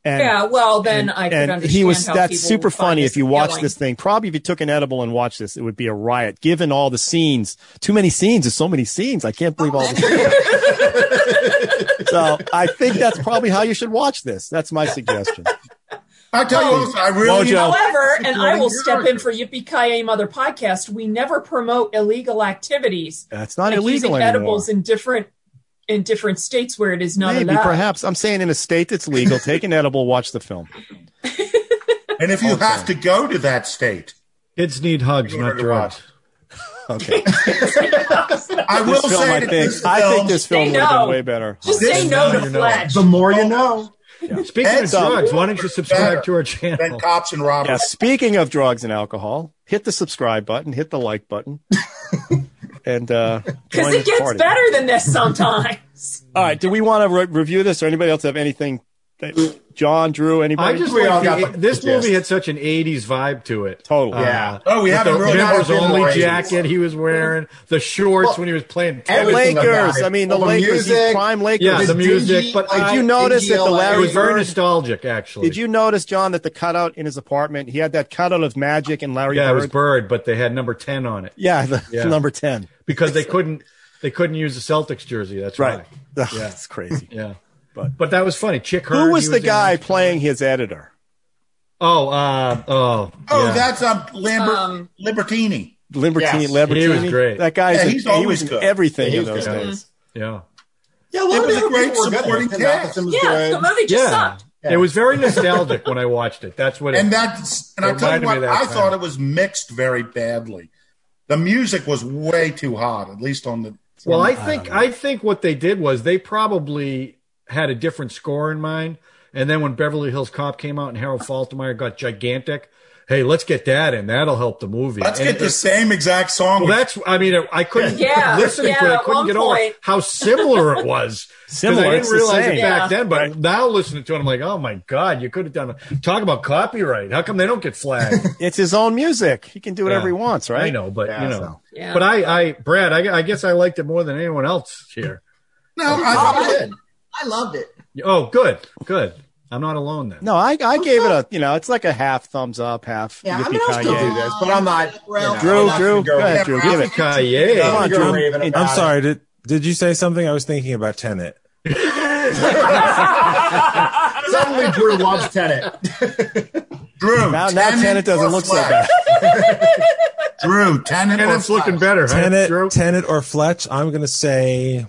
And,
yeah, well, then I could
and
understand
he was
how
that's
people
super
would find
funny if you watch
appealing.
this thing probably if you took an edible and watched this it would be a riot given all the scenes too many scenes there's so many scenes i can't believe all the
*laughs*
so i think that's probably how you should watch this that's my suggestion
I tell you, what, I really
Mojo.
However, and I will
Supporting
step in
character.
for Yippee Kaye Mother podcast. We never promote illegal activities.
that's not
like
illegal
using
anymore
edibles in different in different states where it is not
maybe
allowed.
perhaps i'm saying in a state that's legal take an edible watch the film
and if you have to go to that state,
Kids need hugs,
In order
not
to
drugs.
Okay.
I will
This film,
say
I think-
that this
I
film-
think this film Say would have been no. way better. Just
This
say no to
film, you know,
Fletch.
The *laughs* more you know.
Speaking
Ed's
of drugs,
why don't you subscribe to our channel?
Than cops and robbers.
Yeah, speaking of drugs and alcohol, hit the subscribe button, hit the like button,
*laughs*
and uh, join
Because it
this
gets
party.
better than this
*laughs*
sometimes.
All right, do we want to re- review this? Or anybody else have anything? That, John, Drew, anybody?
I just like the- this movie had such an '80s vibe to it.
Totally.
Yeah.
Oh, we haven't
really
members
gotten into
only
the 80s.
jacket he was wearing, the shorts
Well,
when he was playing.
and
tennis.
Lakers, Everything about I mean, the it. All the Lakers, he's music, prime Lakers.
Yeah, the
the
music.
dingy-
but
like,
I-
you notice that the
it
Larry
was very
Bird-
nostalgic, actually.
Did you notice, John, that the cutout in his apartment? He had that cutout of Magic and Larry
Yeah, it
Bird.
was Bird, but they had number ten on it.
yeah, the
Yeah.
number ten.
because they couldn't they couldn't use the Celtics jersey. That's
Right.
right.
Ugh, *laughs* That's crazy.
Yeah,
but
but that was funny. Chick Hearn.
Who was
he
the
in-
guy playing his editor?
Oh, uh, oh,
Oh,
yeah.
that's um, Lambert Libertini.
Libertini,
Yes.
Libertini.
He was great. Mm-hmm.
That guy's
Yeah,
in-
he's
he
always
was in
good.
everything
Yeah,
in
he was
those
good.
days.
Yeah.
Yeah, a lot
It
of
was
the
a
great
people were good at it.
supporting
Tim
cast.
Matheson was
Yeah,
good.
the movie just
Yeah.
sucked.
It was very nostalgic when I watched it. That's what. It,
And that's and I
It
tell you
reminded me
what,
of that
I
time.
thought it was mixed very badly. The music was way too hot, at least on the.
Well,
on
I
the-
think I think what they did was they probably had a different score in mind, and then when Beverly Hills Cop came out and Harold Faltermeyer got gigantic, hey, let's get that in. That'll help the movie.
Let's
And
get
it-
the same exact song.
Well, that's I mean I couldn't
Yeah,
listening
yeah,
to it. I
at
couldn't
one
get over
point.
how similar it was. 'Cause
Similar,
I
it's
didn't
the
realize
same.
it back
Yeah.
then, but now listening to it, I'm like, oh my god, you could have done. A, talk about copyright. How come they don't get flagged?
*laughs* It's his own music. He can do whatever
Yeah.
he wants, right?
I know, but
Yeah,
you know.
so.
Yeah.
But I, I, Brad, I, I guess I liked it more than anyone else here.
no, I,
did.
I loved it.
Oh, good, good. I'm not alone then.
No, I, I gave it a you know, it's like a half thumbs up, half.
Yeah, I mean, I'll
Still
yippee-ki-yay.
do this, but I'm not. You know,
Drew,
I'm not
Drew,
gonna
go ahead, Drew, give it.
Yippee-ki-yay.
I'm not
Come
gonna
on, Drew.
rave it
I'm
about it.
sorry. Did did you say something? I was thinking about *laughs* Tenet.
Suddenly, *laughs* Drew loves Tenet.
Drew.
Now, now Tenet doesn't
or
look so
Fletch?
bad.
*laughs*
Drew, Tenet.
And
or
it's looking
Fletch?
better, huh,
Tenet,
Drew?
Tenet or Fletch? I'm going to say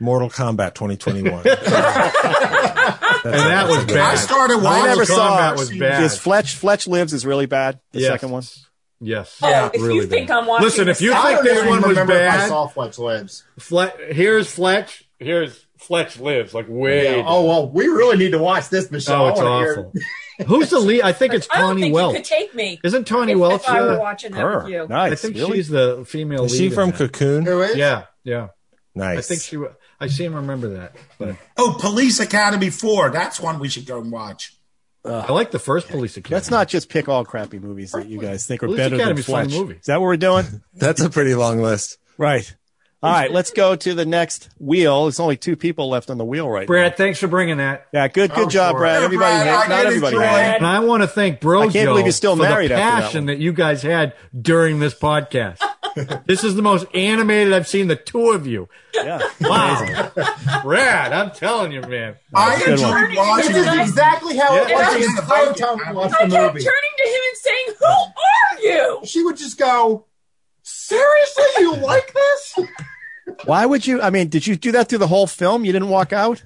Mortal Kombat *laughs* 2021. That's-
And that was bad.
I started watching.
I never
Mortal
saw
Kombat was bad.
Is Fletch Fletch Lives is really bad. The
Yes.
second one.
Yes.
Oh, if you think I'm watching
Listen, if
the
you
second-
I
think
don't
this
even
one was
remember if I
bad,
saw Fletch Lives.
Fle- here's Fletch. Here's Fletch lives like way.
Oh well, we really need to watch this, Michelle.
Oh, it's
I wanna hear-
awful. Who's the lead? I think it's
*laughs* I don't
Tawny
think you could
Welch.
take me.
Isn't Tawny
if,
Welch? uh,
if I were
the-
watching that
Her.
with you.
Nice.
I think
really?
she's the female lead.
Is she
in
from
that.
Cocoon?
Who is?
Yeah, yeah.
Nice.
I think she. wa- I seem remember that, but
Oh, Police Academy Four. That's one we should go and watch.
I like the first Police Academy.
Let's not just pick all crappy movies that you guys think are
Police
better
Academy's a
than
fun
Fletch.
movie.
Is that what we're doing?
*laughs*
That's a pretty long list.
right. All right, let's go to the next wheel. There's only two people left on the wheel right now.
Brad, thanks for bringing that.
Yeah, good, good
I'm
job,
sorry.
Brad.
Yeah,
Everybody,
Brad,
had-
I
not
did
everybody.
enjoy
had.
it.
And I want to thank Brojo.
I can't believe you're still
for
married
The
after that
passion that, you guys had during this
*laughs*
podcast. this is the most animated I've seen the two of you.
Yeah.
Wow, Brad, I'm telling you, man.
I
good one.
enjoyed watching.
This is
it.
exactly how it
Yeah.
was
Yeah.
the entire time we watched
I
the
kept
movie.
turning to him and saying, "Who are you?"
She would just go,
*laughs*
*laughs* "Seriously, you like this?"
Why would you? I mean, did you do that through the whole film? You didn't walk out?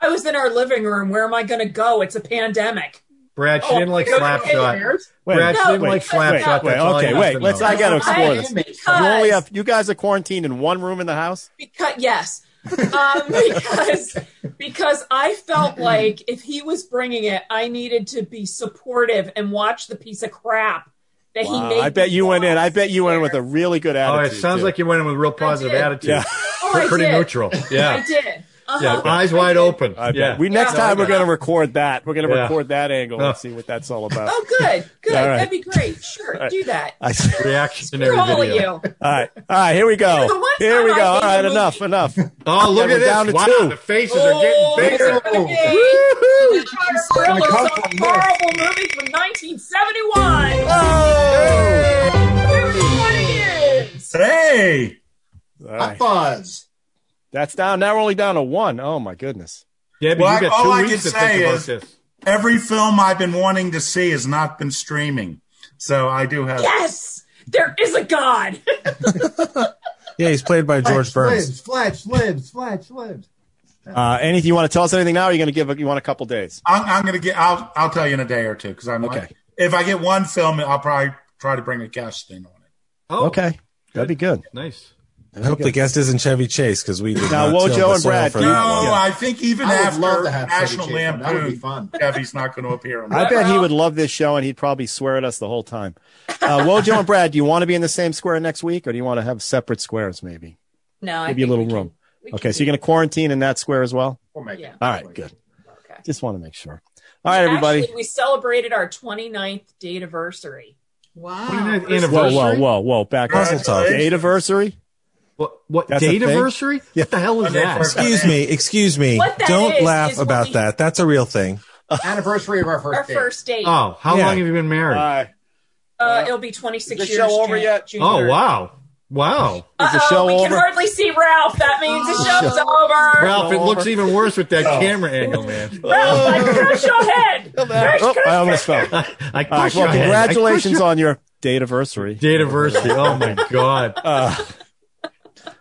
I was in our living room. Where am I going to go? It's a pandemic. Oh,
Brad, she didn't like Slapshot.
Wait,
Brad, she
no,
didn't
wait,
like
wait,
Slapshot.
wait,
That's all I
okay,
have
wait.
to
Let's.
know.
I got to explore
I-
this.
because-
You only have you guys are quarantined in one room in the house.
Because yes, um, *laughs* because because I felt like if he was bringing it, I needed to be supportive and watch the piece of crap that he made.
I bet you went in. I bet you went in with a
there.
really good
Oh,
attitude.
it sounds
too.
like you went in with real positive
did.
attitude.
Yeah.
Oh, I
Pretty
did.
neutral. Yeah.
*laughs* I did.
Yeah,
Uh-huh.
eyes wide open.
I bet.
Yeah.
We next
Yeah.
time we're going to record that. We're going to
Yeah.
record that angle
Oh.
and see what that's all about.
Oh, good, good.
All right.
That'd be great. Sure, do that.
I-
For
*laughs* reactionary
all of
video.
you.
all right, all right. Here we
*laughs* This is the
go.
one
Here
time
we
I
go. All
hate
right,
the
enough, enough.
*laughs* Oh, look
Yeah, we're
at this!
down to
wow,
two.
the faces
Oh,
are getting
this is
bigger.
gonna be the Try to Grill is a horrible movie from 1971. Over 20 years.
Hey,
All
I
right.
fuzz.
That's down. Now we're only down to one. Oh my goodness.
Debbie,
Well,
you got
all
two
I
weeks to
can
think
say
about
is-
this.
every film I've been wanting to see has not been streaming, so I do have.
Yes, *laughs* there is a God.
Yeah, he's played by George Burns.
Lives, Fletch lives, Fletch lives.
Uh, anything you want to tell us? Anything now? Or are you going to give? a- You want a couple days?
I'm, I'm gonna get. I'll I'll tell you in a day or two because I'm
Okay.
If I get one film, I'll probably try to bring a guest in on it.
Oh,
okay, that'd be good.
Nice.
I hope the guest isn't Chevy Chase because we did
Now,
not till
Wojo
the
and
soil
Brad,
for
do
that
you-
one.
No, Oh, I think even
I would
after
love to have
National
Chevy Chase on.
Lampoon,
That would be fun.
Chevy's not going to appear. On
I
that.
bet he would love this show, and he'd probably swear at us the whole time. Uh, Wojo and Brad, do you want to be in the same square next week, or do you want to have separate squares? Maybe
No, I
give you a
think
little
we can-
room.
we can
Okay,
do
so you're going to quarantine in that square as well.
We'll make
Yeah.
it.
All right, good. Just want to make sure. All right, everybody.
Actually, we celebrated our 29th day anniversary.
Wow.
Whoa, whoa,
anniversary?
whoa, whoa! Back up.
Puzzle talk.
The anniversary.
What? What?
That's a thing?
Dataversary?
Yeah.
What the hell is
Okay,
that?
first-
Excuse me, excuse me.
What that
Don't
is,
laugh
is what
about
we-
that. That's a real thing.
Anniversary of our first
Our
date.
first date.
Oh, how
Yeah.
long have you been married?
Uh,
uh, it'll be 26
is the
years.
show over
June-
yet?
June
oh,
3rd.
wow, wow,
Is the
Uh-oh,
show
we can
over?
hardly see Ralph. That means the show's over.
Ralph. It looks even worse
*laughs*
with
Oh.
that camera angle, man.
Ralph, I crush your head. Crush,
oh,
crush.
I almost fell. All
*laughs* I
right, well,
push your head. I push
congratulations
your-
on your dataversary.
Dataversary. Oh my god.
Uh,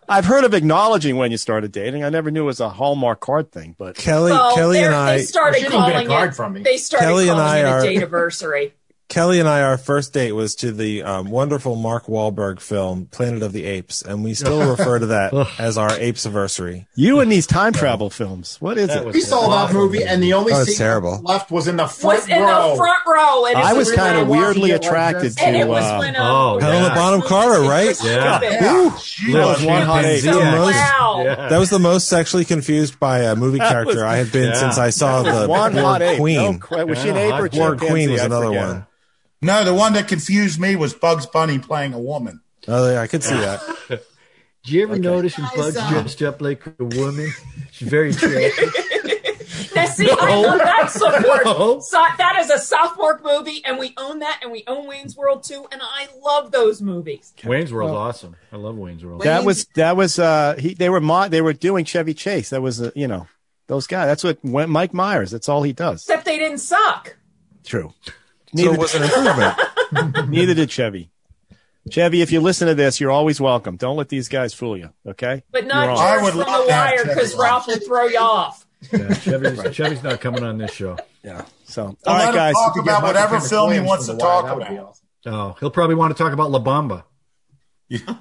I've heard of acknowledging when you started dating. I never knew it was a Hallmark card thing, but
Kelly,
Well,
Kelly
they're-
and I,
They started
She didn't get a
calling
card
it.
from me.
They started
Kelly and
calling
I
it
are-
a date anniversary.
Kelly and I, our first date was to the um, wonderful Mark Wahlberg film Planet of the Apes, and we
*laughs*
still refer to that as our Apes anniversary.
you and these time travel films. What is
That
it?
was-
We saw that movie, and the only
Oh, it's
seat
terrible.
left was in the front
Was in
row.
the front row. And it
I was
when,
kind
uh,
of weirdly
it like
attracted
this.
to.
And it was
uh,
when um,
oh,
Helena
yeah.
Bonham Carter, right?
Yeah.
Yeah, she
That
was
was one hot eight.
Yeah.
Wow.
Yeah.
That was the most sexually confused by a movie
That was-
character I had been
Yeah.
since I saw the
one
Borg
hot eight. No,
Queen.
qu- was she an
Yeah,
ape or
hot
Borg
chimpanzee?
Queen was
I
another
forget.
one.
No, the one that confused me was Bugs Bunny playing a woman.
Oh, yeah, I could see that.
*laughs* Do you ever notice when
Guys,
Bugs
uh,
dressed up like a woman? *laughs* She's very
*laughs*
attractive.
Now, see, I
No.
love
*laughs*
that sophomore.
No.
So, that is a sophomore movie, and we own that, and we own Wayne's World too, and I love those movies.
Wayne's World's awesome. I love Wayne's World.
That was that was uh he they were mo- they were doing Chevy Chase. That was uh, you know those guys. That's what when- Mike Myers. That's all he does.
Except they didn't suck.
True.
so
Neither
it was an improvement.
*laughs* Neither did Chevy. Chevy, if you listen to this, you're always welcome. Don't let these guys fool you. Okay.
But
You're
not
on.
I
George
would
from
love
The
that,
Wire, because
Jessica.
Ralph will throw you off.
Yeah, Chevy's, Chevy's not coming on this show.
Yeah. So all
Well, let
right,
him
guys.
talk
You get
about
Michael
whatever
Patrick
film he
Williams
wants to
from The Wire.
talk
That would be
about.
awesome.
Oh, he'll probably want to talk about La Bamba.
Oh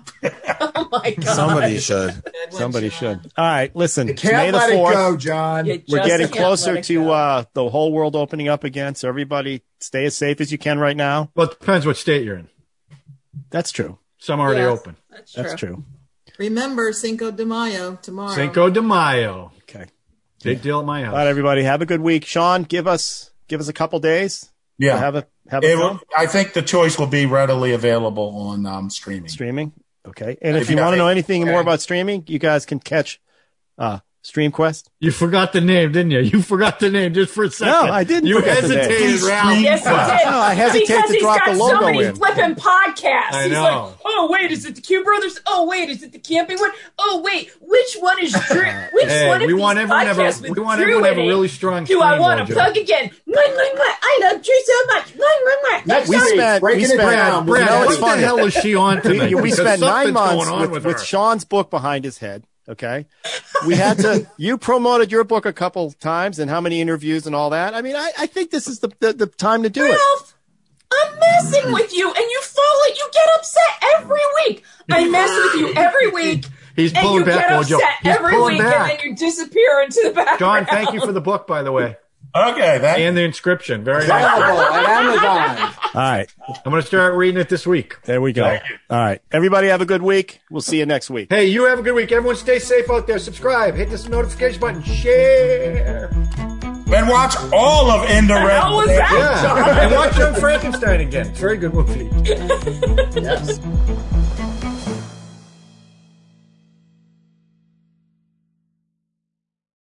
my
*laughs*
*laughs*
God.
Somebody should.
Somebody should. All right. Listen.
You
It's May
can't
the
let it
fourth.
go, John.
You
We're
just
getting
can't let
closer
it
to
go.
uh, the whole world opening up again. So everybody, stay as safe as you can right now.
Well, it depends what state you're in.
That's true.
Some are already
Yeah.
open.
That's true.
That's true.
Remember Cinco de Mayo tomorrow.
Cinco de Mayo.
Okay.
Big deal at my
All right,
house.
everybody. Have a good week. Sean, give us give us a couple days. to
Yeah,
Have a have a
it
film.
will, I think the choice will be readily available on um, streaming.
streaming. Okay. And if
If
you
you
want to
got
know
it.
anything more
Okay.
about streaming, you guys can catch uh StreamQuest.
You forgot the name, didn't you? You forgot the name just for a second.
I didn't
You
forget the name.
hesitated, Ralph.
Stream
Yes, he
Quest.
did.
No, I hesitate
because
to
he's
drop
got
the
so
logo
many
in.
flipping podcasts.
I
he's
know.
like, oh wait, is it the Q Brothers? Oh wait, is it the camping one? Oh wait, which one is Drew? Which
Hey,
one of
we want
these
everyone to have a-
podcasts with
we want
Drew
everyone to have a
in it
really strong
Do I
stream,
want
Roger.
to plug again? Mwah, mwah, mwah. I love Drew so much. Mwah, mwah, mwah.
Next
We
week,
spent- we
breaking it
spent-
down.
Brad,
You know,
what
it's
the
funny.
hell is she on
*laughs*
tonight?
We, we
Because
spent nine
something's
months
going on
with,
with,
with,
her.
Sean's book behind his head. Okay. We had to, you promoted your book a couple times and how many interviews and all that. I mean, I, I think this is the, the, the time to do it.
Ralph, I'm messing with you, and you fall. You get upset every week. I mess with you
*laughs*
every week.
He's
and
pulling
you
back,
get
Mojo.
upset
He's
every
pulling
week,
back.
and then you disappear into the
John,
background.
thank you for the book, by the way,
Okay, that
and the inscription. Very nice.
Available at Amazon.
All right.
I'm going to start reading it this week.
There we go. All right. Everybody have a good week. We'll see you next week.
Hey, you have a good week. Everyone stay safe out there. Subscribe. Hit this notification button. Share.
and watch all of Indirect.
How was that? *laughs*
Yeah. and watch Young Frankenstein again. It's a very good movie.
Yes.